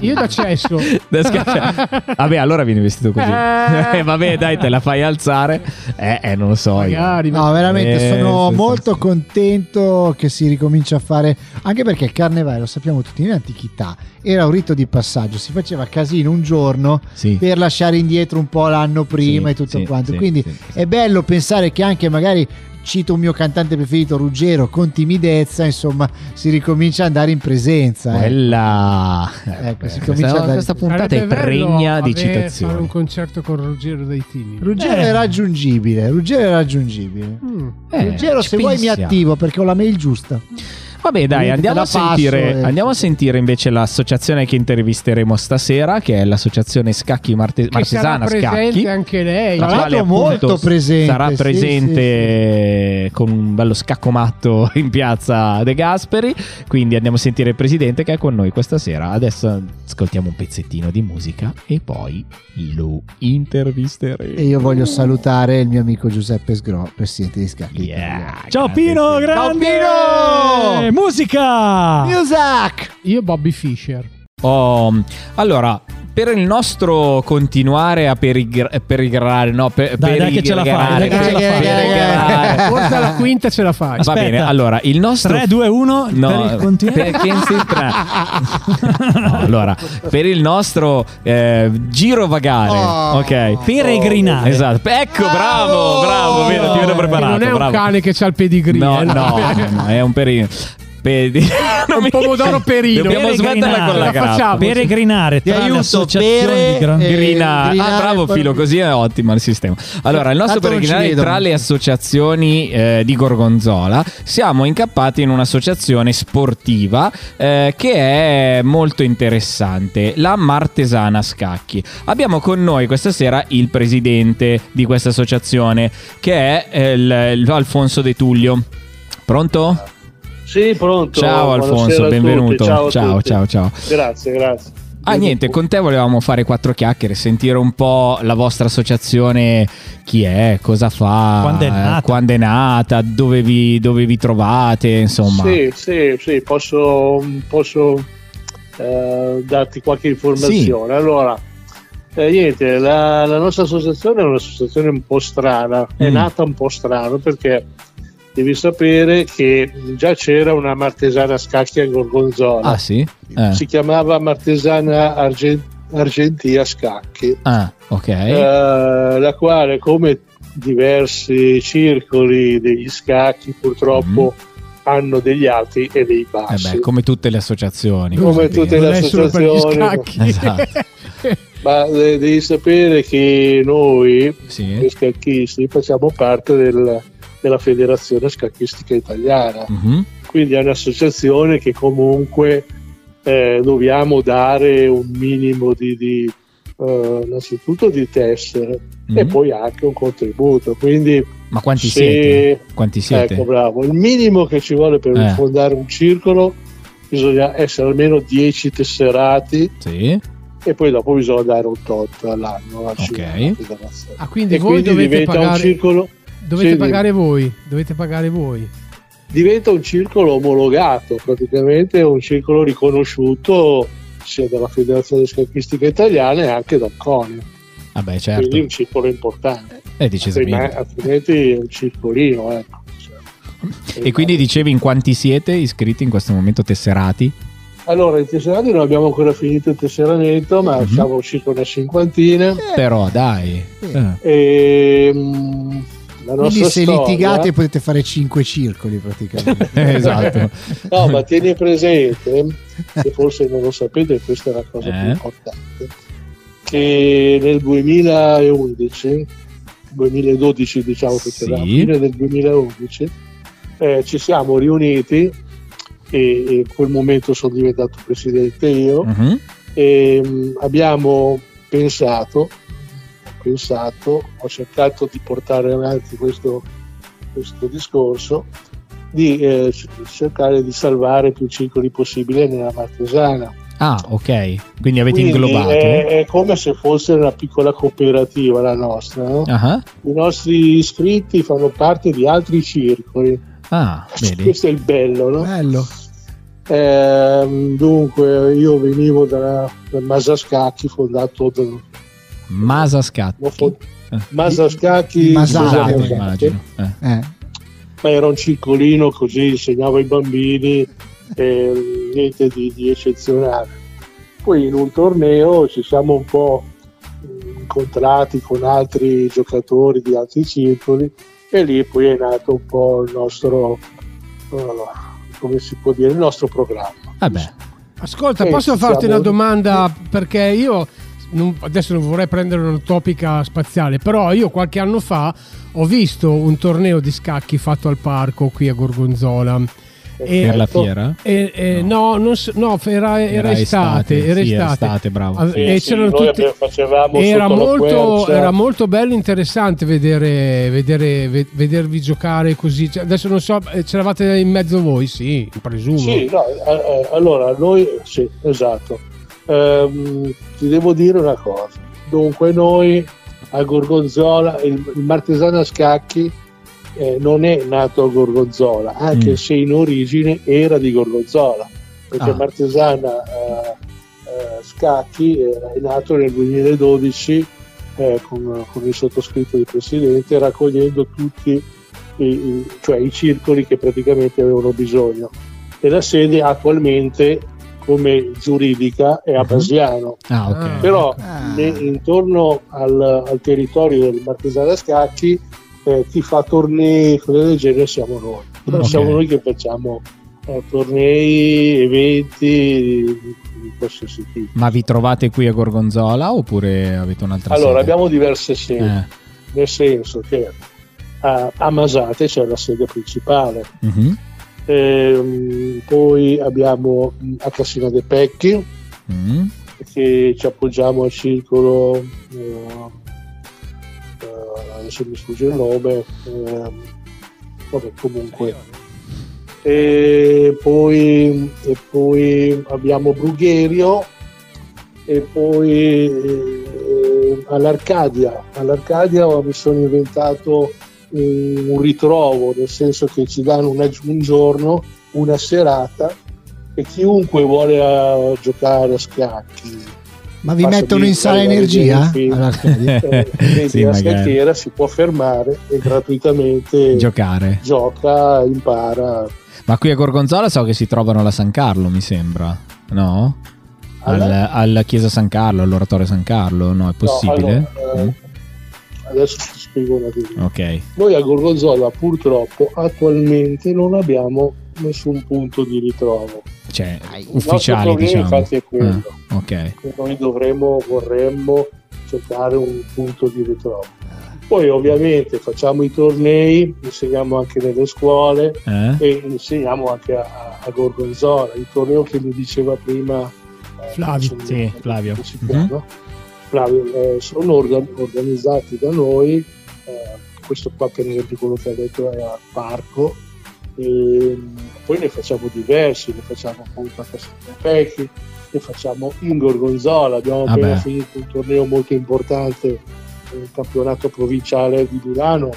[SPEAKER 5] Io da cesso.
[SPEAKER 4] Da schiaccia- Vabbè, allora vieni vestito così.
[SPEAKER 5] Eh.
[SPEAKER 4] Eh, Vabbè, dai, te la fai alzare. Eh, eh, non lo so. io.
[SPEAKER 5] Magari.
[SPEAKER 9] No, veramente
[SPEAKER 4] Eh,
[SPEAKER 9] sono
[SPEAKER 4] sì, sì,
[SPEAKER 9] molto
[SPEAKER 4] sì.
[SPEAKER 9] contento che si ricomincia a fare, anche perché il carnevale, lo sappiamo tutti, in antichità era un rito di passaggio, si faceva casino un giorno
[SPEAKER 4] Sì.
[SPEAKER 9] per lasciare indietro un po' l'anno prima
[SPEAKER 4] Sì,
[SPEAKER 9] e tutto
[SPEAKER 4] sì,
[SPEAKER 9] quanto.
[SPEAKER 4] sì,
[SPEAKER 9] Quindi
[SPEAKER 4] sì, sì.
[SPEAKER 9] è bello pensare che anche magari cito un mio cantante preferito Ruggero con timidezza, insomma, si ricomincia ad andare in presenza. eh.
[SPEAKER 4] Bella. Eh,
[SPEAKER 9] Ecco, si comincia
[SPEAKER 4] beh, questa,
[SPEAKER 9] a dare-
[SPEAKER 4] questa puntata
[SPEAKER 5] Sarebbe
[SPEAKER 4] è
[SPEAKER 5] bello
[SPEAKER 4] pregna di
[SPEAKER 5] avere- Fare un
[SPEAKER 4] citazioni.
[SPEAKER 5] concerto con Ruggero dei Timidi.
[SPEAKER 9] Ruggero
[SPEAKER 3] Eh.
[SPEAKER 9] è raggiungibile, Ruggero è raggiungibile.
[SPEAKER 5] Mm.
[SPEAKER 4] Eh,
[SPEAKER 9] Ruggero,
[SPEAKER 4] ci
[SPEAKER 9] se vuoi mi
[SPEAKER 4] pensiamo.
[SPEAKER 9] attivo perché ho la mail giusta.
[SPEAKER 4] Vabbè, dai,
[SPEAKER 9] Quindi te
[SPEAKER 4] andiamo a,
[SPEAKER 9] la passo eh.
[SPEAKER 4] sentire,
[SPEAKER 9] e-
[SPEAKER 4] andiamo a sentire invece l'associazione che intervisteremo stasera, che è l'associazione Scacchi Marte-
[SPEAKER 5] Che sarà
[SPEAKER 4] Martesana
[SPEAKER 5] presente
[SPEAKER 4] Scacchi.
[SPEAKER 5] anche lei.
[SPEAKER 4] la
[SPEAKER 9] Tra
[SPEAKER 4] quale,
[SPEAKER 9] l'altro
[SPEAKER 4] appunto,
[SPEAKER 9] molto presente,
[SPEAKER 4] sarà
[SPEAKER 9] sì,
[SPEAKER 4] presente con un bello scaccomatto in piazza De Gasperi quindi andiamo a sentire il presidente che è con noi questa sera adesso ascoltiamo un pezzettino di musica e poi lo intervisteremo
[SPEAKER 9] E io voglio salutare il mio amico Giuseppe Sgro, presidente di Scacchi.
[SPEAKER 4] Yeah,
[SPEAKER 3] Ciao
[SPEAKER 4] grande
[SPEAKER 3] Pino,
[SPEAKER 4] Pino.
[SPEAKER 3] grande!
[SPEAKER 9] Ciao, Pino!
[SPEAKER 4] Ah.
[SPEAKER 3] musica!
[SPEAKER 9] Music!
[SPEAKER 10] Io Bobby Fischer.
[SPEAKER 4] Oh, allora, per il nostro continuare a perigra- perigrare, no, per,
[SPEAKER 3] Dai, dai, che ce la fai, dai, che ce la fai.
[SPEAKER 4] perigrare.
[SPEAKER 10] Forse alla quinta ce la fai.
[SPEAKER 4] Va
[SPEAKER 3] Aspetta.
[SPEAKER 4] bene, allora, il nostro
[SPEAKER 3] 3, 2, 1, per il continuare.
[SPEAKER 4] perché si tra- No, allora, per il nostro eh, giro vagare,
[SPEAKER 9] Oh.
[SPEAKER 4] ok.
[SPEAKER 3] Peregrinare.
[SPEAKER 4] Esatto. Ecco,
[SPEAKER 9] Bravo!
[SPEAKER 4] bravo, bravo, vedo, ti vedo
[SPEAKER 3] Eh,
[SPEAKER 4] preparato.
[SPEAKER 10] non è un
[SPEAKER 4] bravo.
[SPEAKER 10] cane che c'ha il pedigree.
[SPEAKER 4] No,
[SPEAKER 10] eh,
[SPEAKER 4] no, no, è un perino. Pedi- non mi-
[SPEAKER 10] pomodoro perino.
[SPEAKER 4] Dobbiamo
[SPEAKER 3] Peregrinare.
[SPEAKER 4] smetterla con la
[SPEAKER 10] La
[SPEAKER 4] grappa.
[SPEAKER 10] facciamo.
[SPEAKER 3] Peregrinare
[SPEAKER 9] Ti
[SPEAKER 3] tra le
[SPEAKER 9] aiuto,
[SPEAKER 3] associazioni
[SPEAKER 9] bere
[SPEAKER 3] di gran-
[SPEAKER 9] e-
[SPEAKER 4] Peregrina.
[SPEAKER 9] Peregrinare,
[SPEAKER 4] Ah, bravo
[SPEAKER 9] poi-
[SPEAKER 4] Filo, così è ottimo il sistema. Allora, il nostro
[SPEAKER 9] Tanto non ci
[SPEAKER 4] peregrinare
[SPEAKER 9] vedono.
[SPEAKER 4] tra le associazioni eh, di Gorgonzola, siamo incappati in un'associazione sportiva eh, che è molto interessante, la Martesana Scacchi. Abbiamo con noi questa sera il presidente di questa associazione, che è eh, il- il Alfonso De Tullio. Pronto?
[SPEAKER 5] Sì, pronto.
[SPEAKER 4] Ciao
[SPEAKER 5] Buonasera
[SPEAKER 4] Alfonso,
[SPEAKER 5] a tutti.
[SPEAKER 4] benvenuto.
[SPEAKER 5] Ciao, a
[SPEAKER 4] ciao,
[SPEAKER 5] tutti.
[SPEAKER 4] ciao, ciao.
[SPEAKER 5] Grazie, grazie.
[SPEAKER 4] Ah, niente, con te volevamo fare quattro chiacchiere, sentire un po' la vostra associazione, chi è, cosa fa,
[SPEAKER 3] Quando è nata.
[SPEAKER 4] eh, quando è nata, dove vi, dove vi trovate, insomma.
[SPEAKER 5] Sì, sì, sì, posso, posso, eh, darti qualche informazione. Allora, eh, niente, la, la nostra associazione è un'associazione un po' strana, è
[SPEAKER 4] Mm.
[SPEAKER 5] nata un po' strano perché devi sapere che già c'era una martesana scacchi a Gorgonzola,
[SPEAKER 4] Ah sì? Eh.
[SPEAKER 5] si chiamava martesana Argen- Argentia Scacchi.
[SPEAKER 4] Ah, ok.
[SPEAKER 5] Eh, la quale come diversi circoli degli scacchi purtroppo
[SPEAKER 10] Mm-hmm.
[SPEAKER 5] hanno degli alti e dei
[SPEAKER 4] Eh
[SPEAKER 5] bassi
[SPEAKER 4] beh, come tutte le associazioni.
[SPEAKER 5] Come
[SPEAKER 4] così
[SPEAKER 5] tutte
[SPEAKER 4] via.
[SPEAKER 10] Non è solo per gli
[SPEAKER 5] L'associazione-
[SPEAKER 10] scacchi.
[SPEAKER 4] Esatto.
[SPEAKER 5] ma eh, devi sapere che noi
[SPEAKER 10] Eh?
[SPEAKER 5] gli
[SPEAKER 4] Sì.
[SPEAKER 5] scacchisti facciamo parte del- della federazione scacchistica italiana
[SPEAKER 4] Mhm.
[SPEAKER 5] quindi è un'associazione che comunque eh, dobbiamo dare un minimo di, di, eh, innanzitutto di tessere
[SPEAKER 4] Mhm.
[SPEAKER 5] e
[SPEAKER 10] Mm-hmm.
[SPEAKER 5] poi anche un contributo quindi
[SPEAKER 4] Ma quanti
[SPEAKER 5] Sì.
[SPEAKER 4] siete? Quanti siete?
[SPEAKER 5] Ecco, bravo. Il minimo che ci vuole per
[SPEAKER 4] Eh.
[SPEAKER 5] fondare un circolo bisogna essere almeno 10 tesserati
[SPEAKER 4] Sì.
[SPEAKER 5] e poi dopo bisogna dare un tot all'anno. alla
[SPEAKER 4] Ok.
[SPEAKER 5] federazione.
[SPEAKER 10] Ah, quindi
[SPEAKER 5] E
[SPEAKER 10] voi
[SPEAKER 5] quindi
[SPEAKER 10] dovete
[SPEAKER 5] diventa un
[SPEAKER 10] pagare,
[SPEAKER 5] circolo
[SPEAKER 10] dovete
[SPEAKER 5] sì,
[SPEAKER 10] pagare voi. Dovete pagare voi.
[SPEAKER 5] diventa un circolo omologato, praticamente un circolo riconosciuto sia dalla Federazione Scacchistica Italiana e anche dal CONI,
[SPEAKER 4] Vabbè, certo.
[SPEAKER 5] quindi un circolo importante,
[SPEAKER 4] Eh, decisamente.
[SPEAKER 5] altrimenti è un circolino. Ecco. Cioè,
[SPEAKER 4] E quindi dicevi in quanti siete iscritti in questo momento tesserati?
[SPEAKER 5] Allora, i tesserati non abbiamo ancora finito il tesseramento, ma
[SPEAKER 4] Mhm.
[SPEAKER 5] siamo circa una cinquantina.
[SPEAKER 4] Però dai. Eh.
[SPEAKER 5] E, mm, la nostra
[SPEAKER 9] Quindi se
[SPEAKER 5] storia-
[SPEAKER 9] litigate potete fare 5 circoli praticamente.
[SPEAKER 4] Eh, esatto.
[SPEAKER 5] No, ma tieni presente, che forse non lo sapete, questa è la cosa
[SPEAKER 4] Eh.
[SPEAKER 5] più importante, che nel 2011, 2012 diciamo perché
[SPEAKER 4] Sì.
[SPEAKER 5] alla fine del 2011, eh, ci siamo riuniti e e in quel momento sono diventato presidente io.
[SPEAKER 4] Mhm.
[SPEAKER 5] e mh, Ehm, abbiamo pensato, pensato, ho cercato di portare avanti questo, questo discorso, di eh, c- cercare di salvare più circoli possibile nella Martesana.
[SPEAKER 4] Ah, ok. Quindi avete
[SPEAKER 5] Quindi
[SPEAKER 4] inglobato.
[SPEAKER 10] eh,
[SPEAKER 5] È, è come se fosse una piccola cooperativa la nostra. no?
[SPEAKER 4] Ah,
[SPEAKER 5] I nostri iscritti fanno parte di altri circoli.
[SPEAKER 4] ah, vedi.
[SPEAKER 5] Questo è il bello, no?
[SPEAKER 9] Bello.
[SPEAKER 5] Ehm, dunque, io venivo da, da Masascacchi, fondato da,
[SPEAKER 4] Masa scatti.
[SPEAKER 5] Lo fo-
[SPEAKER 4] Eh.
[SPEAKER 5] Masascacchi,
[SPEAKER 9] Masate,
[SPEAKER 5] scusate,
[SPEAKER 4] Esatto,
[SPEAKER 9] Masate.
[SPEAKER 4] immagino. Eh.
[SPEAKER 9] Eh.
[SPEAKER 5] ma era un circolino così, insegnava ai bambini, eh, niente di, di eccezionale. Poi in un torneo ci siamo un po' mh, incontrati con altri giocatori di altri circoli e lì poi è nato un po' il nostro, eh, come si può dire, il nostro programma.
[SPEAKER 4] Vabbè.
[SPEAKER 10] Ascolta,
[SPEAKER 5] Eh,
[SPEAKER 10] posso
[SPEAKER 5] ci
[SPEAKER 10] farti
[SPEAKER 5] siamo-
[SPEAKER 10] una domanda? Perché io non- adesso non vorrei prendere una topica spaziale, però io qualche anno fa ho visto un torneo di scacchi fatto al parco qui a Gorgonzola. E-
[SPEAKER 4] Per la
[SPEAKER 5] Ecco.
[SPEAKER 4] fiera?
[SPEAKER 10] e- e- no, non so- no, era, era estate, era
[SPEAKER 4] sì,
[SPEAKER 10] estate.
[SPEAKER 4] bravo.
[SPEAKER 10] Ave-
[SPEAKER 5] Sì,
[SPEAKER 10] e
[SPEAKER 5] sì,
[SPEAKER 10] c'erano
[SPEAKER 5] noi
[SPEAKER 10] tutti-
[SPEAKER 5] abbiamo- facevamo
[SPEAKER 10] Era
[SPEAKER 5] sotto la
[SPEAKER 10] molto,
[SPEAKER 5] quercia.
[SPEAKER 10] era molto bello e interessante vedere, vedere- ve- vedervi giocare così. Cioè, adesso non so, eh, c'eravate in mezzo voi? Sì, presumo.
[SPEAKER 5] Sì, no, eh, eh, allora noi sì, esatto. Ehm, ti devo dire una cosa. Dunque, noi a Gorgonzola, il, il Martesano a Scacchi
[SPEAKER 10] eh, non è nato a Gorgonzola, anche
[SPEAKER 4] Mm.
[SPEAKER 10] se in origine era di Gorgonzola, perché
[SPEAKER 4] Ah.
[SPEAKER 10] Martesana eh, eh, Scacchi era- è nato nel 2012 eh, con, con il sottoscritto di presidente, raccogliendo tutti i, i- cioè i circoli che praticamente avevano bisogno. E la sede attualmente come giuridica è a
[SPEAKER 4] Mm-hmm.
[SPEAKER 10] Basiano
[SPEAKER 9] Ah, ok.
[SPEAKER 10] però ne- intorno al, al territorio del Marchesano da Scacchi eh, chi fa tornei cose del genere siamo noi però
[SPEAKER 9] Ok.
[SPEAKER 10] siamo noi che facciamo eh, tornei eventi di, di qualsiasi tipo
[SPEAKER 4] Ma vi trovate qui a Gorgonzola oppure avete un'altra
[SPEAKER 10] allora
[SPEAKER 4] sede?
[SPEAKER 10] abbiamo diverse sedi
[SPEAKER 4] Eh.
[SPEAKER 10] nel senso che a, a Masate c'è la sede principale
[SPEAKER 4] Mhm.
[SPEAKER 10] Ehm, poi abbiamo mh, a Cassina dei Pecchi
[SPEAKER 4] Mm.
[SPEAKER 10] che ci appoggiamo al circolo eh, eh, adesso mi sfugge il nome ehm, vabbè comunque e poi, e poi abbiamo Brugherio e poi eh, all'Arcadia all'Arcadia mi sono inventato un, un ritrovo nel senso che ci danno una- un giorno una serata e chiunque vuole eh, giocare a scacchi
[SPEAKER 9] Ma vi
[SPEAKER 10] passa
[SPEAKER 9] mettono
[SPEAKER 10] di-
[SPEAKER 9] in sala
[SPEAKER 10] magari
[SPEAKER 9] energia?
[SPEAKER 10] vedi un film,
[SPEAKER 9] All'Arcadia?
[SPEAKER 10] eh, vedi
[SPEAKER 9] Sì,
[SPEAKER 10] la
[SPEAKER 9] magari.
[SPEAKER 10] scacchiera si può fermare e gratuitamente
[SPEAKER 4] Giocare.
[SPEAKER 10] gioca impara
[SPEAKER 4] Ma qui a Gorgonzola so che si trovano alla San Carlo, mi sembra, no? Al-
[SPEAKER 10] Alla?
[SPEAKER 4] alla Chiesa San Carlo, all'Oratorio San Carlo, no? È possibile? Mm?
[SPEAKER 10] allora,
[SPEAKER 9] Mm.
[SPEAKER 10] eh, adesso ti spiego una cosa
[SPEAKER 9] Oh.
[SPEAKER 4] Ok.
[SPEAKER 10] Noi a Gorgonzola purtroppo attualmente non abbiamo nessun punto di ritrovo.
[SPEAKER 4] Cioè,
[SPEAKER 10] Il nostro
[SPEAKER 4] ufficiali,
[SPEAKER 10] problema,
[SPEAKER 4] diciamo.
[SPEAKER 10] infatti è quello.
[SPEAKER 4] Ah, ok.
[SPEAKER 10] che Noi dovremmo, vorremmo cercare un punto di ritrovo.
[SPEAKER 9] Ah.
[SPEAKER 10] Poi ovviamente facciamo i tornei, insegniamo anche nelle scuole
[SPEAKER 4] Eh?
[SPEAKER 10] e insegniamo anche a, a Gorgonzola. Il torneo che mi diceva prima eh,
[SPEAKER 3] Flavio. Sì, Flavio.
[SPEAKER 10] no? Flavio, eh, sono organ- organizzati da noi, eh, questo qua per esempio quello che ha detto è al parco, ehm, poi ne facciamo diversi, ne facciamo appunto a Castelpecchi, ne facciamo in Gorgonzola, abbiamo
[SPEAKER 4] Ah
[SPEAKER 10] appena
[SPEAKER 4] beh.
[SPEAKER 10] finito un torneo molto importante, eh, il campionato provinciale di Milano,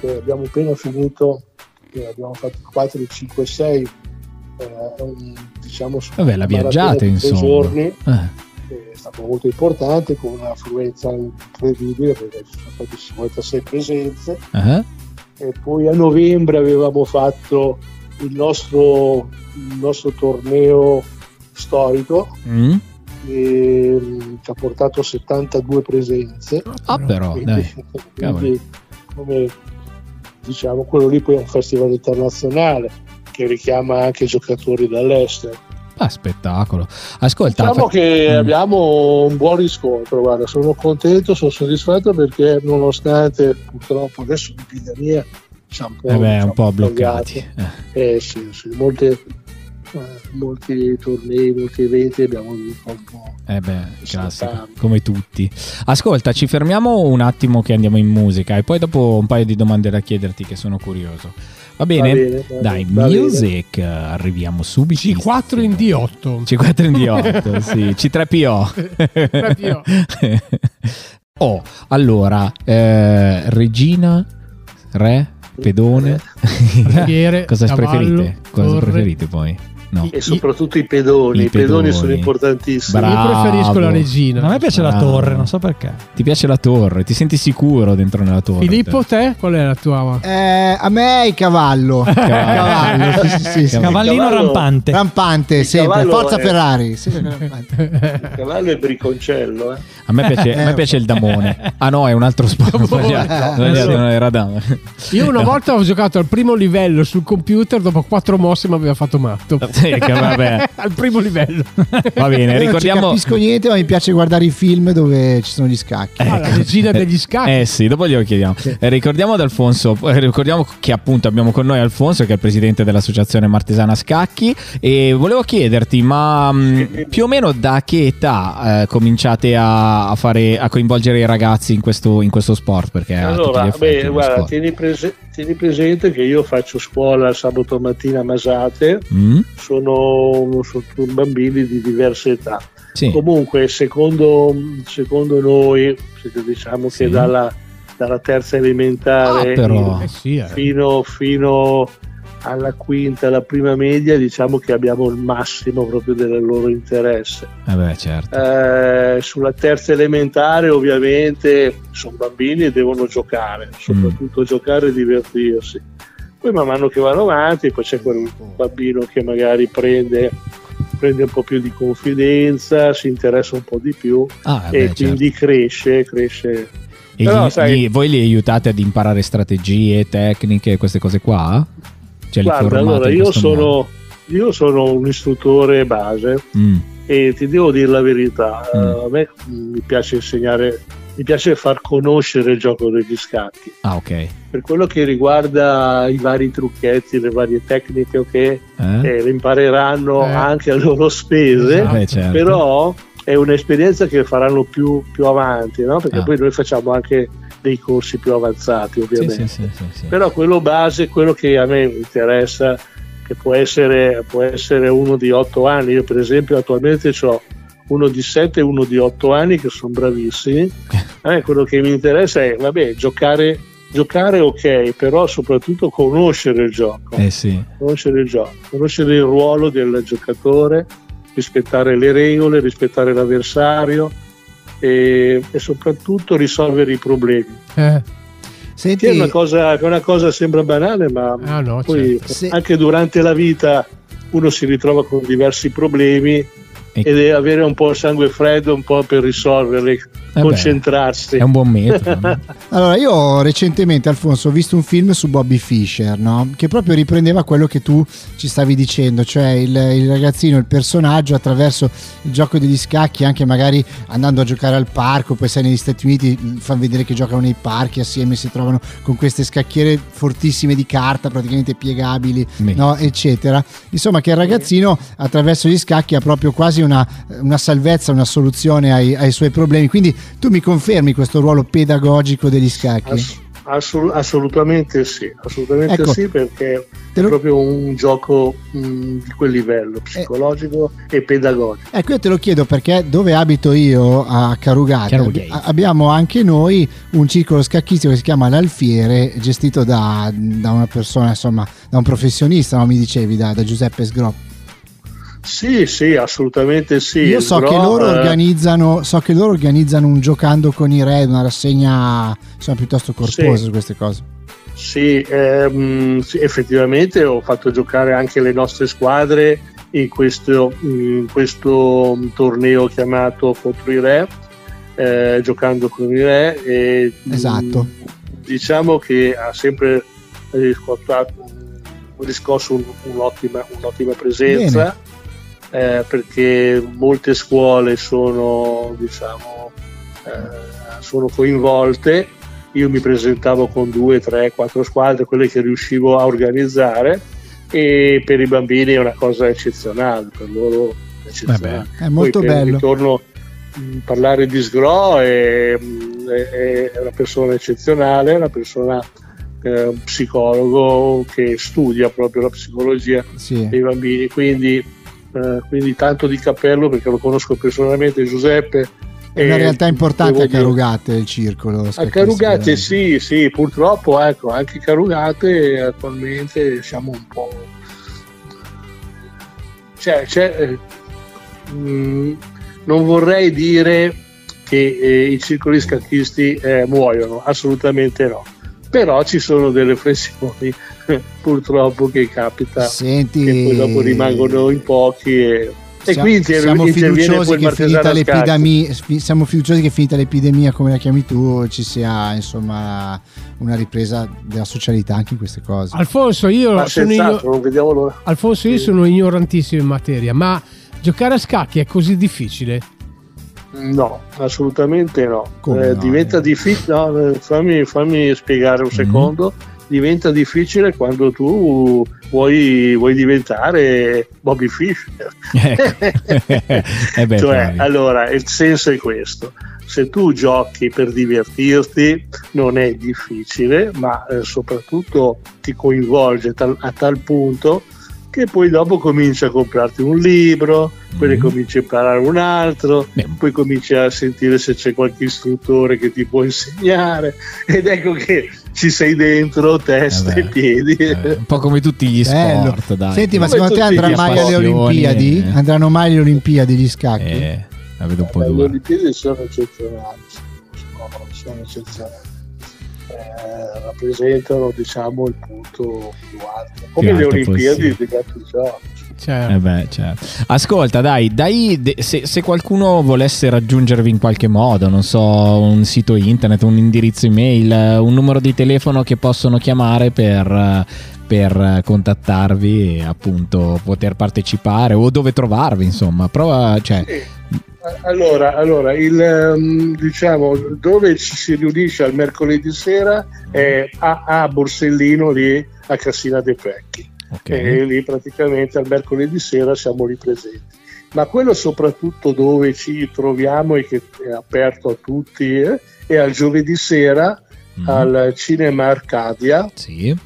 [SPEAKER 10] che abbiamo appena finito, eh, abbiamo fatto 4, 5, 6, eh, diciamo su
[SPEAKER 4] Vabbè, la
[SPEAKER 10] una maratona
[SPEAKER 4] viaggiate,
[SPEAKER 10] di tre
[SPEAKER 4] insomma.
[SPEAKER 10] giorni
[SPEAKER 4] Eh,
[SPEAKER 10] è stato molto importante con un'affluenza incredibile perché ci sono state 56 presenze
[SPEAKER 4] eh.
[SPEAKER 10] e poi a novembre avevamo fatto il nostro, il nostro torneo storico
[SPEAKER 4] Mm?
[SPEAKER 10] ehm, che ha portato 72 presenze
[SPEAKER 4] Ah, però, dai. Cavolo.
[SPEAKER 10] quindi come diciamo quello lì poi è un festival internazionale che richiama anche giocatori dall'estero
[SPEAKER 4] Ah, spettacolo. Ascolta,
[SPEAKER 10] Diciamo
[SPEAKER 4] fa-
[SPEAKER 10] che
[SPEAKER 4] Mm.
[SPEAKER 10] abbiamo un buon riscontro, guarda, sono contento, sono soddisfatto perché nonostante purtroppo adesso l'epidemia ci ha un po',
[SPEAKER 4] Eh beh, un po'
[SPEAKER 10] bloccati. Eh sì, sì, molte, eh, molti tornei, molti eventi abbiamo avuto un po'.
[SPEAKER 4] Eh beh, classico, come tutti. Ascolta, ci fermiamo un attimo che andiamo in musica e poi dopo un paio di domande da chiederti che sono curioso. Va bene?
[SPEAKER 5] bene, va
[SPEAKER 4] Dai,
[SPEAKER 5] bene, va
[SPEAKER 4] music, arriviamo subito.
[SPEAKER 5] C4 in D8.
[SPEAKER 4] C4 in D8, sì, C3PO.
[SPEAKER 5] 3PO.
[SPEAKER 4] oh, allora, eh, Regina, Re, Pedone.
[SPEAKER 5] Alfiere,
[SPEAKER 4] Cosa
[SPEAKER 5] cavallo,
[SPEAKER 4] preferite? Cosa
[SPEAKER 5] torre.
[SPEAKER 4] preferite poi? No.
[SPEAKER 10] E soprattutto i pedoni,
[SPEAKER 4] I
[SPEAKER 10] i, pedoni,
[SPEAKER 4] pedoni.
[SPEAKER 10] sono importantissimi.
[SPEAKER 4] Bravo. Io preferisco la regina.
[SPEAKER 3] A me piace la
[SPEAKER 4] Bravo.
[SPEAKER 3] torre, non so perché.
[SPEAKER 4] Ti piace la torre? Ti senti sicuro dentro nella torre?
[SPEAKER 5] Filippo, te? Qual è la tua?
[SPEAKER 9] Eh, a me è il cavallo. Cavallo, Ah, sì, sì, sì, sì.
[SPEAKER 3] Cavallino
[SPEAKER 10] Cavallo-
[SPEAKER 3] rampante.
[SPEAKER 9] Rampante, sempre.
[SPEAKER 10] cavallo
[SPEAKER 9] Forza
[SPEAKER 10] è-
[SPEAKER 9] Ferrari. sempre
[SPEAKER 4] Eh,
[SPEAKER 10] Il cavallo è bricconcello, eh.
[SPEAKER 4] A me piace, a me piace il damone. Ah no, è un altro sport. Ho sbagliato, ho sbagliato, non era dame.
[SPEAKER 5] Io una volta ho giocato al primo livello sul computer, dopo quattro mosse mi aveva fatto matto.
[SPEAKER 4] Sì, che vabbè. Ecco.
[SPEAKER 5] al primo livello.
[SPEAKER 4] Va bene,
[SPEAKER 9] Io
[SPEAKER 4] ricordiamo...
[SPEAKER 9] Non ci capisco niente, ma mi piace guardare i film dove ci sono gli scacchi.
[SPEAKER 4] Ah, la
[SPEAKER 5] regina degli scacchi.
[SPEAKER 4] Eh sì, dopo glielo chiediamo. Eh, ricordiamo ad Alfonso, eh, ricordiamo che appunto abbiamo con noi Alfonso che è il presidente dell'associazione Martesana Scacchi e volevo chiederti, ma mh, più o meno da che età eh, cominciate a, a fare, a coinvolgere i ragazzi in questo, in questo sport?
[SPEAKER 11] Eh,
[SPEAKER 4] Perché a tutti gli
[SPEAKER 10] Allora,
[SPEAKER 4] effetti è
[SPEAKER 10] beh,
[SPEAKER 4] uno
[SPEAKER 10] guarda,
[SPEAKER 4] sport.
[SPEAKER 10] tieni, prese- tieni presente che io faccio scuola sabato mattina a Masate,
[SPEAKER 4] Mm?
[SPEAKER 10] sono, sono tutti bambini di diverse età.
[SPEAKER 4] Sì.
[SPEAKER 10] Comunque, secondo, secondo noi, se diciamo che dalla dalla terza elementare
[SPEAKER 11] Ah, però. Eh
[SPEAKER 10] fino, fino alla quinta, alla prima media, diciamo che abbiamo il massimo proprio del loro interesse.
[SPEAKER 11] Eh beh, certo.
[SPEAKER 10] Eh, sulla terza elementare ovviamente sono bambini e devono giocare,
[SPEAKER 11] Mm.
[SPEAKER 10] soprattutto giocare e divertirsi. Poi man mano che vanno avanti, poi c'è quel bambino che magari prende, prende un po' più di confidenza, si interessa un po' di più
[SPEAKER 11] Ah,
[SPEAKER 10] e
[SPEAKER 11] beh,
[SPEAKER 4] certo.
[SPEAKER 10] quindi cresce, cresce.
[SPEAKER 11] E
[SPEAKER 10] Però,
[SPEAKER 11] gli-
[SPEAKER 10] sai,
[SPEAKER 11] gli- voi li aiutate ad imparare strategie, tecniche, queste cose qua? Cioè, li
[SPEAKER 10] guarda,
[SPEAKER 11] formate in
[SPEAKER 10] allora io
[SPEAKER 11] questo modo?
[SPEAKER 10] sono, io sono un istruttore base
[SPEAKER 11] Mm.
[SPEAKER 10] e ti devo dire la verità, eh, a me mm, mi piace insegnare, mi piace far conoscere il gioco degli scacchi.
[SPEAKER 11] Ah, ok.
[SPEAKER 10] Per quello che riguarda i vari trucchetti, le varie tecniche, ok, eh, le impareranno anche a loro spese,
[SPEAKER 11] Eh, beh, certo.
[SPEAKER 10] però è un'esperienza che faranno più, più avanti, no? perché
[SPEAKER 11] Ah.
[SPEAKER 10] poi noi facciamo anche dei corsi più avanzati,
[SPEAKER 11] Sì, sì,
[SPEAKER 10] ovviamente
[SPEAKER 11] sì, sì, sì.
[SPEAKER 10] però quello base, quello che a me interessa, che può essere, può essere uno di 8 anni, io per esempio attualmente ho uno di 7 e uno di 8 anni che sono bravissimi, a me quello che mi interessa è, vabbè, giocare, giocare ok, però soprattutto conoscere il gioco,
[SPEAKER 11] Eh sì.
[SPEAKER 10] conoscere il gioco, conoscere il ruolo del giocatore, rispettare le regole, rispettare l'avversario e- e soprattutto risolvere i problemi.
[SPEAKER 5] Eh,
[SPEAKER 10] Che è una cosa che è una cosa sembra banale, ma
[SPEAKER 5] ah,
[SPEAKER 9] Ah,
[SPEAKER 5] certo.
[SPEAKER 10] poi
[SPEAKER 9] certo.
[SPEAKER 10] anche durante la vita uno si ritrova con diversi problemi e deve avere un po' il sangue freddo, un po' per risolverli,
[SPEAKER 9] Eh
[SPEAKER 10] concentrarsi.
[SPEAKER 11] è un buon metodo,
[SPEAKER 9] Allora, io recentemente, Alfonso, ho visto un film su Bobby Fischer, no? che proprio riprendeva quello che tu ci stavi dicendo, cioè il, il ragazzino, il personaggio attraverso il gioco degli scacchi, anche magari andando a giocare al parco, poi sai negli Stati Uniti mh, fa vedere che giocano nei parchi assieme, si trovano con queste scacchiere fortissime di carta, praticamente piegabili, no? eccetera. Insomma, che il ragazzino attraverso gli scacchi ha proprio quasi una, una salvezza, una soluzione ai, ai suoi problemi. Quindi tu mi confermi questo ruolo pedagogico degli scacchi?
[SPEAKER 10] Assu- assolutamente sì, assolutamente
[SPEAKER 9] Ecco.
[SPEAKER 10] sì, perché
[SPEAKER 9] Te
[SPEAKER 10] è
[SPEAKER 9] lo- Eh.
[SPEAKER 10] proprio un gioco mh, di quel livello, psicologico e pedagogico.
[SPEAKER 9] Ecco, io te lo chiedo perché dove abito io a Carugate
[SPEAKER 10] Carugate.
[SPEAKER 9] ab- abbiamo anche noi un circolo scacchistico che si chiama L'Alfiere, gestito da, da una persona, insomma, da un professionista, no? mi dicevi, da, da Giuseppe Sgroppo.
[SPEAKER 10] Sì, sì, assolutamente sì.
[SPEAKER 9] Io
[SPEAKER 10] il
[SPEAKER 9] so che,
[SPEAKER 10] Gro-
[SPEAKER 9] loro
[SPEAKER 10] eh,
[SPEAKER 9] organizzano, so che loro organizzano un giocando con i re, una rassegna insomma, piuttosto corposa
[SPEAKER 10] Sì.
[SPEAKER 9] su queste cose.
[SPEAKER 10] Sì, ehm, sì, effettivamente ho fatto giocare anche le nostre squadre in questo, in questo torneo chiamato Contro i Re, eh, giocando con i Re. E,
[SPEAKER 9] Esatto.
[SPEAKER 10] mh, diciamo che ha sempre riscontrato- riscosso un- un'ottima, un'ottima presenza, eh, perché molte scuole sono, diciamo, eh, sono coinvolte io mi presentavo con due, tre, quattro squadre, quelle che riuscivo a organizzare e per i bambini è una cosa eccezionale, per loro è eccezionale.
[SPEAKER 9] Vabbè, è molto
[SPEAKER 10] Poi per-
[SPEAKER 9] bello.
[SPEAKER 10] Ritorno, mh, parlare di Sgro è, mh, è- è una persona eccezionale, è una persona eh, un psicologo che studia proprio la psicologia
[SPEAKER 9] Sì.
[SPEAKER 10] dei bambini, quindi, eh, quindi tanto di cappello perché lo conosco personalmente Giuseppe.
[SPEAKER 9] È una
[SPEAKER 10] e
[SPEAKER 9] realtà importante
[SPEAKER 10] devo
[SPEAKER 9] a
[SPEAKER 10] dire-
[SPEAKER 9] Carugate il circolo.
[SPEAKER 10] a
[SPEAKER 9] scacchistico,
[SPEAKER 10] Carugate
[SPEAKER 9] veramente.
[SPEAKER 10] sì, sì, purtroppo ecco, anche Carugate attualmente siamo un po'... Cioè, c'è, eh, mm, non vorrei dire che eh, i circoli scacchisti eh, muoiono, assolutamente no. Però ci sono delle flessioni purtroppo che capita
[SPEAKER 9] Senti,
[SPEAKER 10] che poi dopo rimangono in pochi e, e
[SPEAKER 9] Sia-
[SPEAKER 10] quindi
[SPEAKER 9] siamo fiduciosi, che finita
[SPEAKER 10] scacchi.
[SPEAKER 9] l'epidemia, fi- siamo fiduciosi che finita l'epidemia, come la chiami tu, ci sia insomma una ripresa della socialità anche in queste cose.
[SPEAKER 5] Alfonso, io
[SPEAKER 10] Ma
[SPEAKER 5] sono,
[SPEAKER 10] senz'altro, non vediamo l'ora.
[SPEAKER 5] Alfonso, io sono ignorantissimo in materia, ma giocare a scacchi è così difficile?
[SPEAKER 10] No, assolutamente no.
[SPEAKER 5] Come
[SPEAKER 10] Eh,
[SPEAKER 5] no?
[SPEAKER 10] diventa difficile. no, eh, fammi, fammi spiegare un secondo. Diventa difficile quando tu vuoi, vuoi diventare Bobby Fischer.
[SPEAKER 11] Eh beh,
[SPEAKER 10] cioè,
[SPEAKER 11] dai.
[SPEAKER 10] allora, il senso è questo. Se tu giochi per divertirti non è difficile, ma eh, soprattutto ti coinvolge tal- a tal punto che poi dopo cominci a comprarti un libro, poi ne cominci a imparare un altro, poi cominci a sentire se c'è qualche istruttore che ti può insegnare ed ecco che ci sei dentro testa e piedi.
[SPEAKER 4] Eh Un po' come tutti gli
[SPEAKER 9] Bello.
[SPEAKER 4] sport, dai.
[SPEAKER 9] Senti, ma
[SPEAKER 4] Come
[SPEAKER 9] secondo te
[SPEAKER 4] tutti
[SPEAKER 9] andrà
[SPEAKER 4] gli
[SPEAKER 9] mai alle
[SPEAKER 4] appassioni,
[SPEAKER 9] Olimpiadi?
[SPEAKER 4] eh.
[SPEAKER 9] Andranno mai alle Olimpiadi gli scacchi?
[SPEAKER 4] Eh, la vedo un po'
[SPEAKER 10] Le
[SPEAKER 4] dura.
[SPEAKER 10] Olimpiadi sono eccezionali, sono, sono eccezionali. Eh, rappresentano diciamo il punto più alto come
[SPEAKER 4] Più
[SPEAKER 10] le
[SPEAKER 4] alto
[SPEAKER 10] Olimpiadi
[SPEAKER 4] possibile.
[SPEAKER 10] di altri giochi
[SPEAKER 5] Cioè,
[SPEAKER 4] Eh beh, certo. Ascolta, dai, dai de- se, se qualcuno volesse raggiungervi in qualche modo, non so, un sito internet, un indirizzo email, eh, un numero di telefono che possono chiamare per, eh, per eh, contattarvi e appunto poter partecipare o dove trovarvi, insomma, prova, cioè,
[SPEAKER 10] Eh, Allora, allora, il, ehm, diciamo dove ci si riunisce al mercoledì sera è a, a Borsellino lì a Cassina dei Pecchi e lì praticamente al mercoledì sera siamo lì presenti. Ma quello soprattutto dove ci troviamo e che è aperto a tutti eh, è al giovedì sera
[SPEAKER 4] Mm.
[SPEAKER 9] Mhm.
[SPEAKER 10] al Cinema Arcadia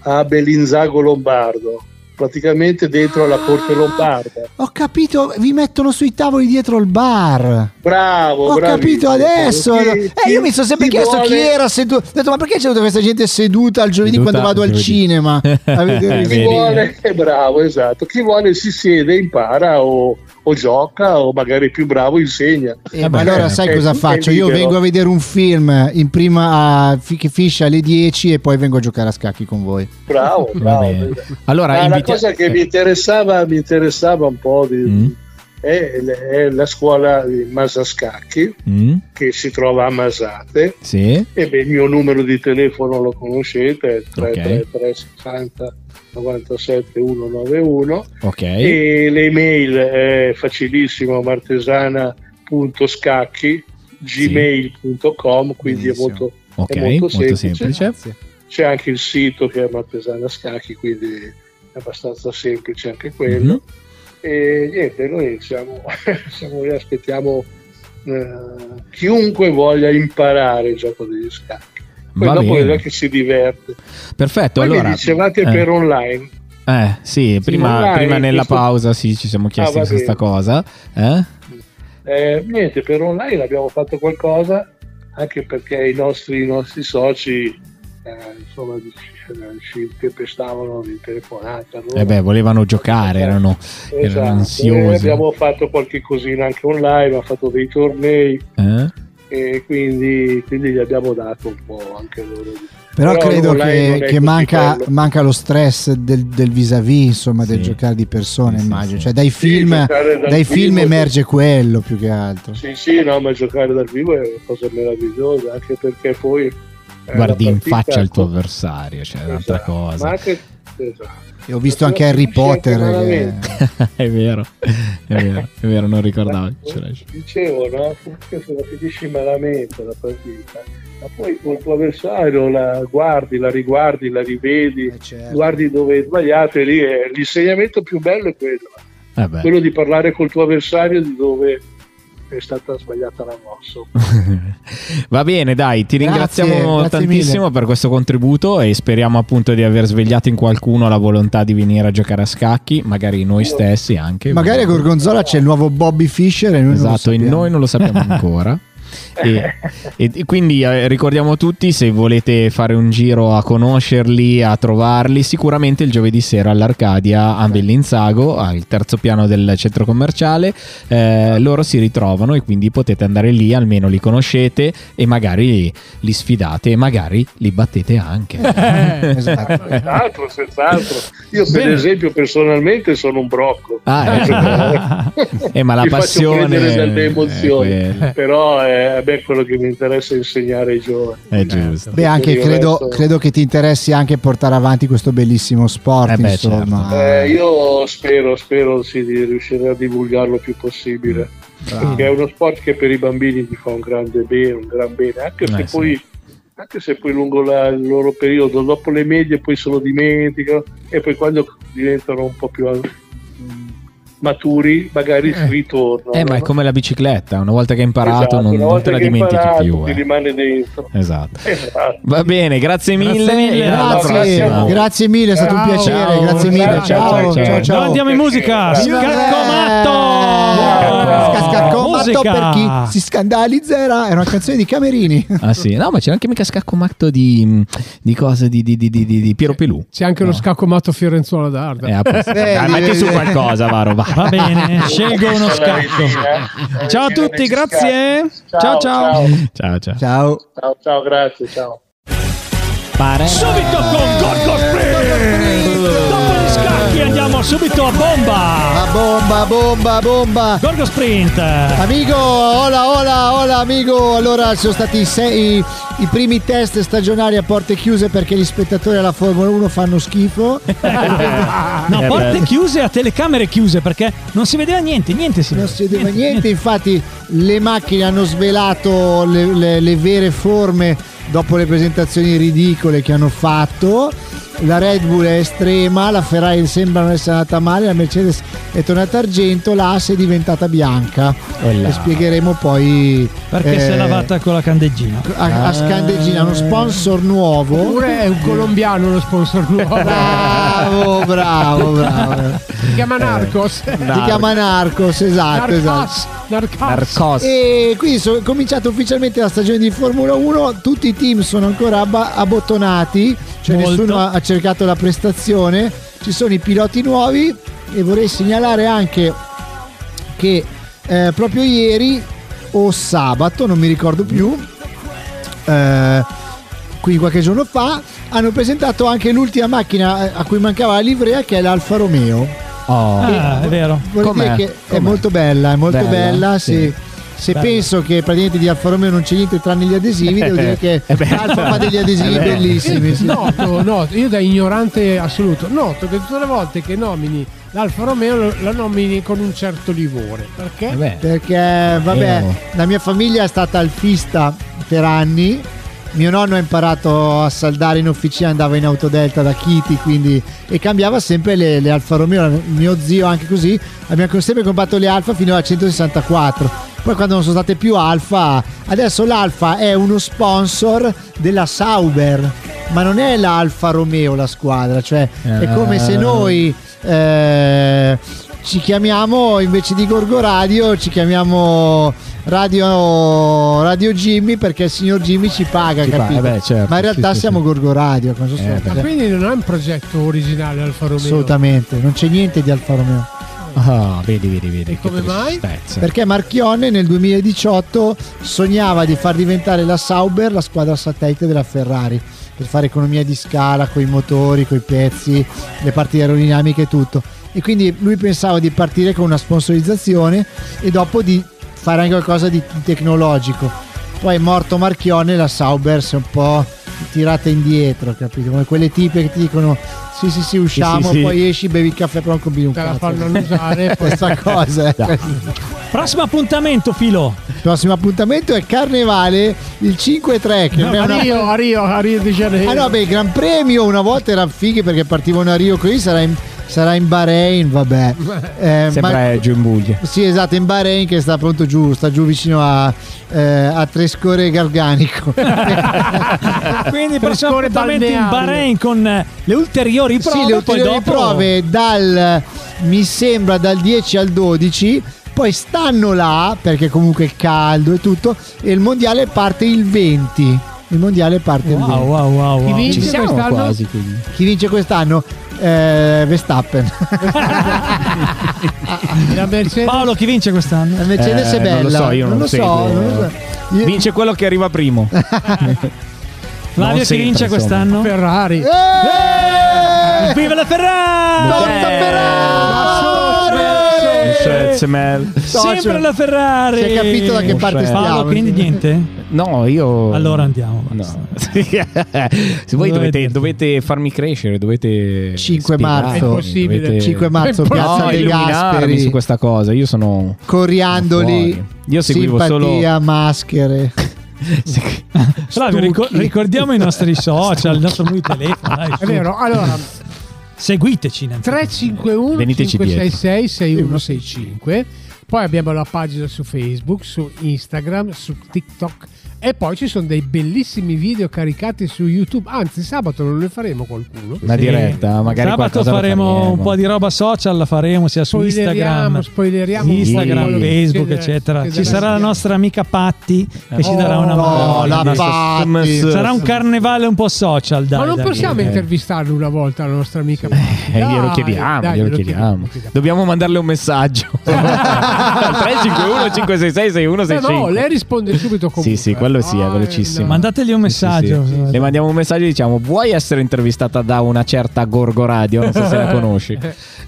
[SPEAKER 10] a Belinzago Lombardo, praticamente dentro alla
[SPEAKER 9] Ah!
[SPEAKER 10] Corte Lombarda.
[SPEAKER 9] Ho capito, vi mettono sui tavoli dietro il bar.
[SPEAKER 10] Bravo,
[SPEAKER 9] Ho
[SPEAKER 10] Oh, bravissimo.
[SPEAKER 9] capito adesso.
[SPEAKER 10] Chi-
[SPEAKER 9] Eh,
[SPEAKER 10] chi-
[SPEAKER 9] io mi sono sempre
[SPEAKER 10] chi
[SPEAKER 9] chiesto
[SPEAKER 10] vuole-
[SPEAKER 9] chi era seduto. Ho detto, ma perché c'è tutta questa gente seduta al giovedì
[SPEAKER 10] Seduta
[SPEAKER 9] quando vado
[SPEAKER 10] al
[SPEAKER 9] al
[SPEAKER 10] giovedì.
[SPEAKER 9] cinema? Eh, A vedere i
[SPEAKER 10] chi
[SPEAKER 9] film.
[SPEAKER 10] vuole è bravo, esatto. Chi vuole si siede, impara o, o gioca o magari più bravo insegna.
[SPEAKER 9] Eh, ma allora sai cosa faccio? Io vengo a vedere un film in prima a, fi- che finisce alle 10 e poi vengo a giocare a scacchi con voi.
[SPEAKER 10] Bravo, esatto. bravo.
[SPEAKER 4] Allora,
[SPEAKER 10] Ma Ah, la
[SPEAKER 4] inviti- eh. Mm.
[SPEAKER 10] cosa che mi interessava, mi interessava un po' di- è, è la scuola di Masascacchi
[SPEAKER 4] Mm?
[SPEAKER 10] che si trova a Masate.
[SPEAKER 4] Sì?
[SPEAKER 10] E beh, il mio numero di telefono lo conoscete, è
[SPEAKER 4] Ok.
[SPEAKER 10] 333 60 97 191
[SPEAKER 4] Ok.
[SPEAKER 10] e l'email è facilissimo martesana.scacchi gmail.com quindi è molto, è
[SPEAKER 4] Ok,
[SPEAKER 10] molto
[SPEAKER 4] molto
[SPEAKER 10] semplice.
[SPEAKER 4] semplice. Grazie.
[SPEAKER 10] c'è anche il sito che è martesana scacchi quindi è abbastanza semplice anche quello
[SPEAKER 4] Mhm.
[SPEAKER 10] e niente noi siamo, siamo lì, aspettiamo eh, chiunque voglia imparare il gioco degli scacchi poi
[SPEAKER 4] Va
[SPEAKER 10] dopo
[SPEAKER 4] bene.
[SPEAKER 10] è che si diverte
[SPEAKER 4] Perfetto,
[SPEAKER 10] poi
[SPEAKER 4] allora,
[SPEAKER 10] mi dicevate
[SPEAKER 4] eh.
[SPEAKER 10] per online
[SPEAKER 4] Eh, sì, prima,
[SPEAKER 10] online,
[SPEAKER 4] prima nella
[SPEAKER 10] questo-
[SPEAKER 4] pausa sì, ci siamo chiesti
[SPEAKER 10] Ah, va
[SPEAKER 4] questa
[SPEAKER 10] bene.
[SPEAKER 4] cosa. Eh?
[SPEAKER 10] Eh, niente, per online abbiamo fatto qualcosa anche perché i nostri, i nostri soci eh, insomma, ci- ci tempestavano di telefonate. allora-
[SPEAKER 4] Eh beh, volevano giocare, erano, erano
[SPEAKER 10] Esatto. E
[SPEAKER 4] ansiosi.
[SPEAKER 10] abbiamo fatto qualche cosina anche online, abbiamo fatto dei tornei
[SPEAKER 4] Eh?
[SPEAKER 10] e quindi, quindi gli abbiamo dato un po' anche loro. di-
[SPEAKER 9] Però, credo
[SPEAKER 10] online non
[SPEAKER 9] che,
[SPEAKER 10] è
[SPEAKER 9] che
[SPEAKER 10] così
[SPEAKER 9] manca,
[SPEAKER 10] bello.
[SPEAKER 9] manca lo stress del, del vis-à-vis, insomma, del giocare di persone, immagino. Cioè, dai film,
[SPEAKER 10] giocare dal
[SPEAKER 9] dai
[SPEAKER 10] vivo,
[SPEAKER 9] film
[SPEAKER 10] sì.
[SPEAKER 9] emerge quello più che altro.
[SPEAKER 10] Sì, sì, no, ma giocare dal vivo è una cosa meravigliosa, anche perché poi... eh,
[SPEAKER 4] Guardi
[SPEAKER 10] la
[SPEAKER 4] in
[SPEAKER 10] partita- ecco.
[SPEAKER 4] faccia il tuo avversario, cioè è un'altra cosa.
[SPEAKER 10] Ma anche... esatto.
[SPEAKER 9] E ho visto anche Harry Potter. eh, che-
[SPEAKER 4] è vero, è vero, è vero, non ricordavo. che c'era il-
[SPEAKER 10] dicevo, no? Comunque se la finisci malamente la partita, ma poi col tuo avversario la guardi, la riguardi, la rivedi,
[SPEAKER 4] Eh.
[SPEAKER 9] certo.
[SPEAKER 10] guardi dove hai sbagliato e lì è l'insegnamento più bello è quello,
[SPEAKER 4] Eh beh.
[SPEAKER 10] quello di parlare col tuo avversario di dove è stata sbagliata la mossa.
[SPEAKER 4] Va bene, dai, ti
[SPEAKER 10] Grazie,
[SPEAKER 4] ringraziamo
[SPEAKER 10] grazie
[SPEAKER 4] tantissimo
[SPEAKER 10] mille.
[SPEAKER 4] per questo contributo e speriamo appunto di aver svegliato in qualcuno la volontà di venire a giocare a scacchi, magari noi stessi anche.
[SPEAKER 9] Magari a Gorgonzola c'è il nuovo Bobby Fischer e noi non lo
[SPEAKER 4] Esatto, e
[SPEAKER 9] sappiamo.
[SPEAKER 4] noi non lo sappiamo ancora. E, e- e quindi eh, ricordiamo tutti se volete fare un giro a conoscerli, a trovarli, sicuramente il giovedì sera all'Arcadia a Bellinzago, al terzo piano del centro commerciale, eh, loro si ritrovano e quindi potete andare lì, almeno li conoscete e magari li sfidate e magari li battete anche.
[SPEAKER 10] senz'altro, senz'altro. Io per
[SPEAKER 4] Bene.
[SPEAKER 10] esempio personalmente sono un brocco.
[SPEAKER 4] Ah, eh. Eh, ma la
[SPEAKER 10] Mi
[SPEAKER 4] passione
[SPEAKER 10] faccio prendere dalle
[SPEAKER 4] è
[SPEAKER 10] emozioni,
[SPEAKER 4] quella.
[SPEAKER 10] però è, a me è quello che mi interessa insegnare ai giovani.
[SPEAKER 4] È giusto.
[SPEAKER 9] Beh, anche
[SPEAKER 10] Tutto il
[SPEAKER 9] credo,
[SPEAKER 10] resto-
[SPEAKER 9] credo che ti interessi anche portare avanti questo bellissimo sport. insomma,
[SPEAKER 4] certo.
[SPEAKER 10] Eh, io spero, spero sì, di riuscire a divulgarlo il più possibile.
[SPEAKER 4] Ah.
[SPEAKER 10] Perché è uno sport che per i bambini ti fa un grande bene, un gran bene, anche se
[SPEAKER 4] Eh, sì.
[SPEAKER 10] poi anche se poi lungo la- il loro periodo, dopo le medie poi se lo dimenticano e poi quando diventano un po' più mm, maturi magari si ritornano.
[SPEAKER 4] Eh, ma è
[SPEAKER 10] no?
[SPEAKER 4] come la bicicletta, una volta che hai imparato
[SPEAKER 10] Esatto,
[SPEAKER 4] non,
[SPEAKER 10] una
[SPEAKER 4] non
[SPEAKER 10] volta
[SPEAKER 4] te la
[SPEAKER 10] che hai
[SPEAKER 4] dimentichi
[SPEAKER 10] imparato,
[SPEAKER 4] più.
[SPEAKER 10] Ti
[SPEAKER 4] eh.
[SPEAKER 10] rimane dentro.
[SPEAKER 4] Esatto.
[SPEAKER 10] Esatto.
[SPEAKER 4] Va bene, grazie mille. e alla
[SPEAKER 9] Grazie,
[SPEAKER 4] prossima.
[SPEAKER 9] grazie mille, è stato un
[SPEAKER 4] Ciao.
[SPEAKER 9] piacere. Grazie mille.
[SPEAKER 4] Ciao, ciao,
[SPEAKER 9] Eh, Ciao, ciao,
[SPEAKER 4] ciao.
[SPEAKER 9] ciao.
[SPEAKER 3] Noi andiamo in musica.
[SPEAKER 9] Viva
[SPEAKER 3] Scaccomatto!
[SPEAKER 9] me! Scascaccomatto
[SPEAKER 11] Musica!
[SPEAKER 9] per chi si scandalizzerà. Era una canzone di Camerini.
[SPEAKER 11] Ah sì, no, ma c'era anche mica scaccomatto di, di cose di, di, di, di, di- di Piero Pelù.
[SPEAKER 5] C'è anche lo
[SPEAKER 11] No.
[SPEAKER 5] scaccomato Fiorenzuola d'Arda.
[SPEAKER 11] Eh, apposta. Dai, metti su qualcosa, Varo. Va,
[SPEAKER 3] Va bene, scelgo uno scatto.
[SPEAKER 10] eh.
[SPEAKER 3] Ciao a tutti, grazie. Ciao ciao.
[SPEAKER 11] Ciao, ciao.
[SPEAKER 9] Ciao.
[SPEAKER 10] Ciao, ciao, grazie, ciao.
[SPEAKER 11] Pare.
[SPEAKER 3] Subito con Gorgo Sprint. Dopo gli scacchi andiamo subito a bomba.
[SPEAKER 9] A bomba, bomba, bomba.
[SPEAKER 3] Gorgo Sprint.
[SPEAKER 9] Amico, hola, hola, hola amico. Allora sono stati sei- i, i primi test stagionali a porte chiuse perché gli spettatori alla Formula 1 fanno schifo. Eh,
[SPEAKER 3] No, porte chiuse a telecamere chiuse perché non si vedeva niente, niente si
[SPEAKER 9] Non si vedeva niente, infatti le macchine hanno svelato le, le- le vere forme dopo le presentazioni ridicole che hanno fatto. La Red Bull è estrema, la Ferrari sembra non essere andata male, la Mercedes è tornata argento, la Asse è diventata bianca.
[SPEAKER 11] Oh là.
[SPEAKER 9] E spiegheremo poi
[SPEAKER 3] Perché si è
[SPEAKER 9] eh,
[SPEAKER 3] lavata con la candeggina.
[SPEAKER 9] a, a Scandegina, uno sponsor nuovo. Eh,
[SPEAKER 5] Oppure è un colombiano lo sponsor nuovo.
[SPEAKER 9] Bravo, bravo, bravo.
[SPEAKER 5] si
[SPEAKER 4] Eh.
[SPEAKER 5] chiama Narcos.
[SPEAKER 9] Si chiama Narcos, esatto, esatto.
[SPEAKER 5] Narcos. Narcos.
[SPEAKER 9] E quindi so- è cominciata ufficialmente la stagione di Formula 1, tutti i team sono ancora abba- abbottonati, cioè
[SPEAKER 3] Molto.
[SPEAKER 9] nessuno ha ha cercato la prestazione, ci sono i piloti nuovi e vorrei segnalare anche che eh, proprio ieri o sabato, non mi ricordo più, eh, quindi qualche giorno fa, hanno presentato anche l'ultima macchina eh, a cui mancava la livrea che è l'Alfa Romeo.
[SPEAKER 11] Oh.
[SPEAKER 3] Ah, è vero.
[SPEAKER 9] Vorrei
[SPEAKER 11] Com'è?
[SPEAKER 9] dire che è
[SPEAKER 11] Com'è?
[SPEAKER 9] molto bella, è molto
[SPEAKER 11] Bella,
[SPEAKER 9] bella. se-
[SPEAKER 11] sì.
[SPEAKER 9] Se
[SPEAKER 3] Bella.
[SPEAKER 9] penso che praticamente di Alfa Romeo non c'è niente tranne gli adesivi, devo dire che
[SPEAKER 11] Eh beh.
[SPEAKER 9] Alfa fa degli adesivi
[SPEAKER 11] Eh beh.
[SPEAKER 9] bellissimi. sì.
[SPEAKER 5] Noto, noto, io da ignorante assoluto, noto che tutte le volte che nomini l'Alfa Romeo lo- la nomini con un certo livore. Perché?
[SPEAKER 11] Vabbè.
[SPEAKER 9] Perché, vabbè,
[SPEAKER 11] Vero.
[SPEAKER 9] la mia famiglia è stata alfista per anni. Mio nonno ha imparato a saldare in officina, andava in autodelta da Chiti, quindi e cambiava sempre le, le Alfa Romeo. Mio zio anche così, abbiamo sempre comprato le Alfa fino a 164. Poi quando non sono state più Alfa, adesso l'Alfa è uno sponsor della Sauber, ma non è l'Alfa Romeo la squadra, cioè è come se noi eh, ci chiamiamo invece di Gorgo Radio, ci chiamiamo Radio, Radio Jimmy perché il signor Jimmy ci paga,
[SPEAKER 11] Ci paga,
[SPEAKER 9] capito?
[SPEAKER 11] eh beh, certo,
[SPEAKER 9] Ma in realtà
[SPEAKER 11] sì, sì,
[SPEAKER 9] siamo
[SPEAKER 11] sì. Eh,
[SPEAKER 9] Gorgo Radio, cosa sono?
[SPEAKER 11] beh.
[SPEAKER 5] Ma quindi non è un progetto originale Alfa Romeo.
[SPEAKER 9] assolutamente, non c'è niente di Alfa Romeo.
[SPEAKER 11] Ah, vedi, vedi, vedi.
[SPEAKER 5] E
[SPEAKER 11] che
[SPEAKER 5] come mai?
[SPEAKER 11] tristezza.
[SPEAKER 9] Perché Marchionne nel 2018 sognava di far diventare la Sauber la squadra satellite della Ferrari per fare economia di scala con i motori, con i pezzi, le parti aerodinamiche e tutto. E quindi lui pensava di partire con una sponsorizzazione e dopo di fare anche qualcosa di tecnologico. Poi è morto Marchionne e la Sauber si è un po' tirata indietro, capito? Come quelle tipe che ti dicono sì sì sì usciamo,
[SPEAKER 11] sì, sì.
[SPEAKER 9] poi esci, bevi il caffè, però non combini un
[SPEAKER 5] Te la
[SPEAKER 9] cazzo.
[SPEAKER 5] fanno annusare.
[SPEAKER 9] Questa cosa eh. è...
[SPEAKER 3] Prossimo appuntamento, Filo.
[SPEAKER 9] Il prossimo appuntamento è Carnevale il 5-3 che non è
[SPEAKER 5] a
[SPEAKER 9] una-
[SPEAKER 5] Rio, a Rio, a Rio di Janeiro.
[SPEAKER 9] Ah no, beh, il Gran Premio una volta era fighi perché partivano a Rio, così sarà in, sarà in Bahrain, vabbè. Eh,
[SPEAKER 11] Sembra
[SPEAKER 9] ma-
[SPEAKER 11] eh, giù in Puglia.
[SPEAKER 9] Sì, esatto, in Bahrain che sta pronto giù, sta giù vicino a, eh, a Trescore Garganico. Ah,
[SPEAKER 3] Quindi prossimo
[SPEAKER 5] scuole
[SPEAKER 3] appuntamento in
[SPEAKER 5] balneari.
[SPEAKER 3] Bahrain con eh, le ulteriori prove.
[SPEAKER 9] sì, le ulteriori
[SPEAKER 3] poi dopo...
[SPEAKER 9] prove dal, mi sembra, dal 10 al 12. Poi stanno là perché comunque è caldo e tutto. E il mondiale parte il 20. Il mondiale parte il 20.
[SPEAKER 3] Wow, wow, wow.
[SPEAKER 5] Chi
[SPEAKER 3] wow.
[SPEAKER 5] vince
[SPEAKER 11] Ci siamo
[SPEAKER 5] quest'anno?
[SPEAKER 11] quasi, quindi.
[SPEAKER 9] Chi vince quest'anno? Eh, Verstappen.
[SPEAKER 5] La Mercedes.
[SPEAKER 3] Paolo, chi vince quest'anno?
[SPEAKER 9] La Mercedes
[SPEAKER 11] Eh,
[SPEAKER 9] è bella.
[SPEAKER 11] Non lo so, io non,
[SPEAKER 9] lo so,
[SPEAKER 11] seguo.
[SPEAKER 9] non lo so. Io-
[SPEAKER 11] Vince quello che arriva primo. Non
[SPEAKER 3] Flavio, chi
[SPEAKER 11] sempre,
[SPEAKER 3] vince
[SPEAKER 11] insomma.
[SPEAKER 3] quest'anno?
[SPEAKER 5] Ferrari.
[SPEAKER 9] Eh!
[SPEAKER 3] Viva la
[SPEAKER 5] Boh.
[SPEAKER 3] Ferrari!
[SPEAKER 11] Eh,
[SPEAKER 9] Forza
[SPEAKER 11] Non c'è
[SPEAKER 9] Ferrari!
[SPEAKER 11] Zemel.
[SPEAKER 3] Sempre la Ferrari!
[SPEAKER 9] Si è capito da che parte
[SPEAKER 11] Mosè.
[SPEAKER 9] stiamo.
[SPEAKER 3] Paolo, quindi niente?
[SPEAKER 11] No,
[SPEAKER 5] Boh.
[SPEAKER 11] io.
[SPEAKER 3] Allora andiamo.
[SPEAKER 11] No.
[SPEAKER 3] basta.
[SPEAKER 11] Se voi dovete, dovete farmi crescere, dovete.
[SPEAKER 9] 5
[SPEAKER 11] ispirarmi,
[SPEAKER 9] marzo.
[SPEAKER 5] È possibile.
[SPEAKER 9] 5 marzo,
[SPEAKER 5] No,
[SPEAKER 9] Piazza
[SPEAKER 11] Eh, No,
[SPEAKER 9] dei
[SPEAKER 11] illuminarmi su
[SPEAKER 9] Gasperi.
[SPEAKER 11] questa cosa. Io sono.
[SPEAKER 9] Coriandoli.
[SPEAKER 11] Fuori. Io seguivo solo-
[SPEAKER 9] simpatia, maschere.
[SPEAKER 3] Flavio, ricor- ricordiamo i nostri social, il nostro numero di telefono. dai,
[SPEAKER 5] È
[SPEAKER 3] su.
[SPEAKER 5] vero, allora
[SPEAKER 3] Seguiteci. innanzitutto.
[SPEAKER 5] 351
[SPEAKER 11] Veniteci
[SPEAKER 5] 566 6165 poi abbiamo la pagina su Facebook, su Instagram, su TikTok E poi ci sono dei bellissimi video caricati su YouTube. Anzi, sabato non ne faremo qualcuno.
[SPEAKER 4] Una diretta, eh, magari
[SPEAKER 3] Sabato
[SPEAKER 4] qualcosa lo
[SPEAKER 3] faremo
[SPEAKER 4] faremo.
[SPEAKER 3] un po' di roba social, la faremo sia su Instagram,
[SPEAKER 5] Spoileriamo, spoileriamo un po'
[SPEAKER 3] Instagram,
[SPEAKER 5] quello che
[SPEAKER 3] Facebook,
[SPEAKER 5] succede-
[SPEAKER 3] eccetera.
[SPEAKER 5] succede
[SPEAKER 3] Ci sarà la nostra amica Patti che ci darà una
[SPEAKER 5] Oh,
[SPEAKER 3] mano.
[SPEAKER 5] la
[SPEAKER 3] Quindi
[SPEAKER 5] Patti.
[SPEAKER 3] Sarà un carnevale un po' social, dai.
[SPEAKER 5] Ma non
[SPEAKER 3] dai, Eh,
[SPEAKER 5] possiamo
[SPEAKER 3] dai.
[SPEAKER 5] intervistarlo una volta la nostra amica.
[SPEAKER 4] Eh, glielo chiediamo, glielo chiediamo. Dobbiamo mandarle un messaggio. 351 566
[SPEAKER 5] No,
[SPEAKER 4] 6165.
[SPEAKER 5] no, lei risponde subito comunque. Ah,
[SPEAKER 4] Sì, sì, quello sì, è velocissimo.
[SPEAKER 3] Mandategli un messaggio.
[SPEAKER 4] Sì, sì. Le mandiamo un messaggio e diciamo: Vuoi essere intervistata da una certa Gorgo Radio? Non so se la conosci.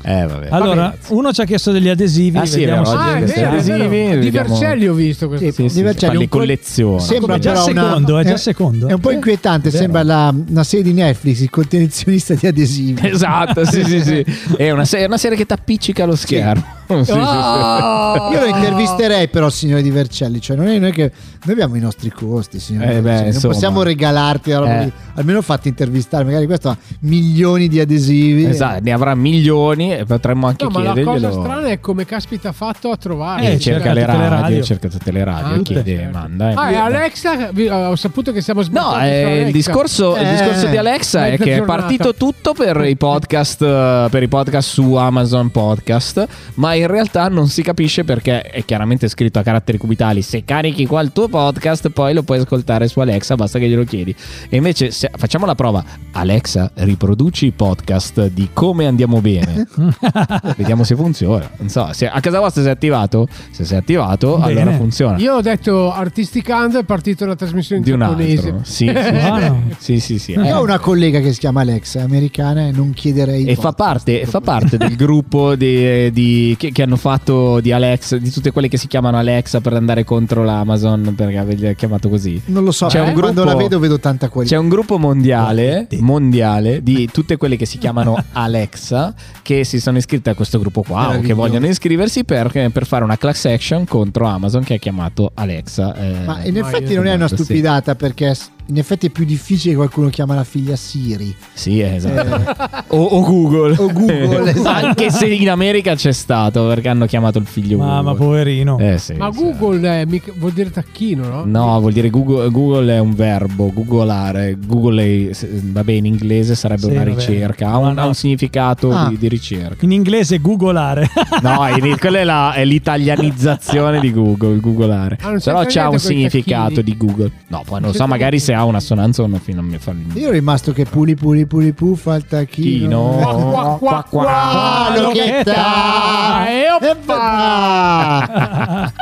[SPEAKER 4] Eh, vabbè.
[SPEAKER 3] Allora, uno ci ha chiesto degli adesivi.
[SPEAKER 4] Ah, sì,
[SPEAKER 3] vediamo
[SPEAKER 4] è vero,
[SPEAKER 3] se-
[SPEAKER 4] oggi è
[SPEAKER 5] vero,
[SPEAKER 4] adesivi,
[SPEAKER 5] è vero. Di
[SPEAKER 4] vediamo-
[SPEAKER 5] Vercelli ho visto questo.
[SPEAKER 4] Sì, sì, sì, fa le collezioni.
[SPEAKER 9] Sembra
[SPEAKER 3] È già
[SPEAKER 9] però una-
[SPEAKER 3] secondo,
[SPEAKER 4] eh,
[SPEAKER 3] è già secondo.
[SPEAKER 9] È un po'
[SPEAKER 11] Eh.
[SPEAKER 9] inquietante,
[SPEAKER 3] Vero.
[SPEAKER 9] sembra la, una serie di Netflix, il collezionista di adesivi.
[SPEAKER 4] Esatto, sì, sì, sì. È una, se- è una serie che ti appiccica lo schermo. Sì, sì, sì.
[SPEAKER 9] Io lo intervisterei però, signore Di Vercelli, cioè non è noi che noi abbiamo i nostri costi, signore. Di
[SPEAKER 4] Eh, beh,
[SPEAKER 9] Vercelli, non
[SPEAKER 4] insomma.
[SPEAKER 9] possiamo regalarti la roba
[SPEAKER 4] Eh.
[SPEAKER 9] lì. almeno fatti intervistare, magari questo ha milioni di adesivi.
[SPEAKER 4] Esatto, ne avrà milioni e potremmo anche
[SPEAKER 5] No, ma la cosa
[SPEAKER 4] chiederglielo.
[SPEAKER 5] strana è come caspita ha fatto a trovare. Cioè,
[SPEAKER 4] Eh, cerca le
[SPEAKER 3] tutte le
[SPEAKER 4] radio,
[SPEAKER 3] radio.
[SPEAKER 4] cerca tutte le radio,
[SPEAKER 5] Tutte,
[SPEAKER 4] chiede, manda. eh.
[SPEAKER 5] Ah, e Alexa, vi- ah, ho saputo che siamo
[SPEAKER 4] No,
[SPEAKER 5] sbagliati.
[SPEAKER 4] eh, il, discorso, il discorso di Alexa è che è partito tutto per i podcast eh, per i podcast su Amazon Podcast, ma in realtà non si capisce perché è chiaramente scritto a caratteri cubitali. Se carichi qua il tuo podcast, poi lo puoi ascoltare su Alexa, basta che glielo chiedi. E invece se- facciamo la prova. Alexa, riproduci i podcast di come andiamo bene. Vediamo se funziona. Non so, se a casa vostra si è attivato? Se si è attivato,
[SPEAKER 5] Bene.
[SPEAKER 4] allora funziona.
[SPEAKER 5] Io ho detto artisticando, è partita una trasmissione in
[SPEAKER 4] Di un
[SPEAKER 5] giapponese.
[SPEAKER 4] altro. Sì, Ah, sì, sì.
[SPEAKER 3] Ah,
[SPEAKER 4] Sì, sì, sì.
[SPEAKER 9] Io
[SPEAKER 4] Eh.
[SPEAKER 9] ho una collega che si chiama Alexa, è americana, e non chiederei.
[SPEAKER 4] E fa parte, fa parte del gruppo di- di- che, che hanno fatto di Alexa, di tutte quelle che si chiamano Alexa per andare contro l'Amazon, perché avete chiamato così.
[SPEAKER 9] Non lo so, eh,
[SPEAKER 4] C'è un
[SPEAKER 9] quando
[SPEAKER 4] gruppo-
[SPEAKER 9] la vedo vedo tanta qualità.
[SPEAKER 4] C'è un gruppo
[SPEAKER 9] Oh,
[SPEAKER 4] mondiale, mondiale di tutte quelle che si chiamano Alexa che si sono iscritte a questo gruppo qua o che
[SPEAKER 9] Meraviglioso.
[SPEAKER 4] vogliono iscriversi per, per fare una class action contro Amazon che ha chiamato Alexa. eh,
[SPEAKER 9] Ma in
[SPEAKER 4] eh,
[SPEAKER 9] effetti non è una
[SPEAKER 4] sì.
[SPEAKER 9] stupidata perché s- in effetti è più difficile che qualcuno chiama la figlia Siri.
[SPEAKER 4] Sì, eh, esatto. o, o Google.
[SPEAKER 9] O Google, esatto.
[SPEAKER 4] Anche se in America c'è stato perché hanno chiamato il figlio
[SPEAKER 3] Mamma,
[SPEAKER 4] Google.
[SPEAKER 3] poverino.
[SPEAKER 4] Eh, sì,
[SPEAKER 5] Ma
[SPEAKER 4] sì.
[SPEAKER 5] Google è mica- vuol dire tacchino, no?
[SPEAKER 4] No, vuol dire Google, Google è un verbo, googolare, Google è, se- vabbè in inglese sarebbe
[SPEAKER 3] Sì,
[SPEAKER 4] una
[SPEAKER 3] vabbè.
[SPEAKER 4] ricerca,
[SPEAKER 3] Ma
[SPEAKER 4] ha un,
[SPEAKER 3] no.
[SPEAKER 4] ha un significato
[SPEAKER 3] Ah.
[SPEAKER 4] di, di ricerca.
[SPEAKER 3] In inglese googolare.
[SPEAKER 4] No, in- quella è, la- è l'italianizzazione di Google, googolare.
[SPEAKER 5] Ah, non c'entra
[SPEAKER 4] Però c'ha
[SPEAKER 5] niente
[SPEAKER 4] un
[SPEAKER 5] coi
[SPEAKER 4] significato di Google. No, poi non so,
[SPEAKER 5] Non c'entra
[SPEAKER 4] magari se ha un'assonanza o no, fino a me fa il
[SPEAKER 9] Io ero rimasto che puli puli puli pu fa il tacchino.
[SPEAKER 4] Qua, qua, qua, qua. Eh,
[SPEAKER 9] Lo che dà.
[SPEAKER 5] E
[SPEAKER 4] oh,
[SPEAKER 9] oppa!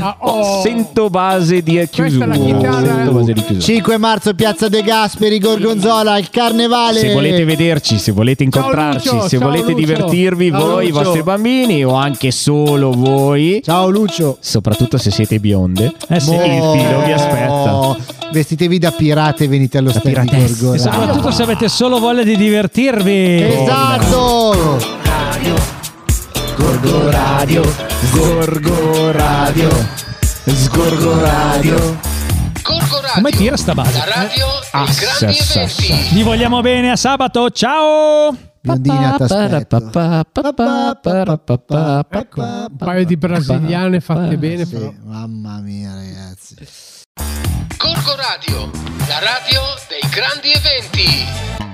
[SPEAKER 5] Ah, oh.
[SPEAKER 4] Sento base di
[SPEAKER 5] Questa è
[SPEAKER 4] chiusura.
[SPEAKER 5] la chitarra. eh.
[SPEAKER 4] Sento base di chiusura.
[SPEAKER 9] 5 marzo Piazza De Gasperi Gorgonzola il carnevale.
[SPEAKER 4] Se volete vederci, se volete incontrarci,
[SPEAKER 9] Lucio,
[SPEAKER 4] se
[SPEAKER 9] ciao
[SPEAKER 4] volete
[SPEAKER 9] Lucio.
[SPEAKER 4] divertirvi
[SPEAKER 9] Ciao
[SPEAKER 4] voi, i
[SPEAKER 9] Lucio.
[SPEAKER 4] vostri bambini o anche solo voi.
[SPEAKER 9] Ciao Lucio.
[SPEAKER 4] Soprattutto se siete bionde,
[SPEAKER 3] Eh sì.
[SPEAKER 4] il filo vi aspetta.
[SPEAKER 9] Oh, vestitevi da pirate e venite allo stand di
[SPEAKER 4] piratessa,
[SPEAKER 9] Gorgonzola.
[SPEAKER 4] esatto.
[SPEAKER 3] Soprattutto se avete solo voglia di divertirvi.
[SPEAKER 9] Esatto!
[SPEAKER 12] Gorgo Radio, Gorgo Radio, Sgorgo Radio.
[SPEAKER 13] Corco Radio,
[SPEAKER 3] Come tira sta base?
[SPEAKER 13] la radio dei
[SPEAKER 4] Ah,
[SPEAKER 13] grandi
[SPEAKER 4] sì, sì,
[SPEAKER 13] eventi.
[SPEAKER 4] sì.
[SPEAKER 3] Vi vogliamo bene a sabato. Ciao!
[SPEAKER 9] Biondina t'aspetto.
[SPEAKER 5] Ecco, un paio di brasiliane fatte bene,
[SPEAKER 9] Sì,
[SPEAKER 5] però.
[SPEAKER 9] mamma mia ragazzi.
[SPEAKER 13] Corco Radio, la radio dei grandi eventi.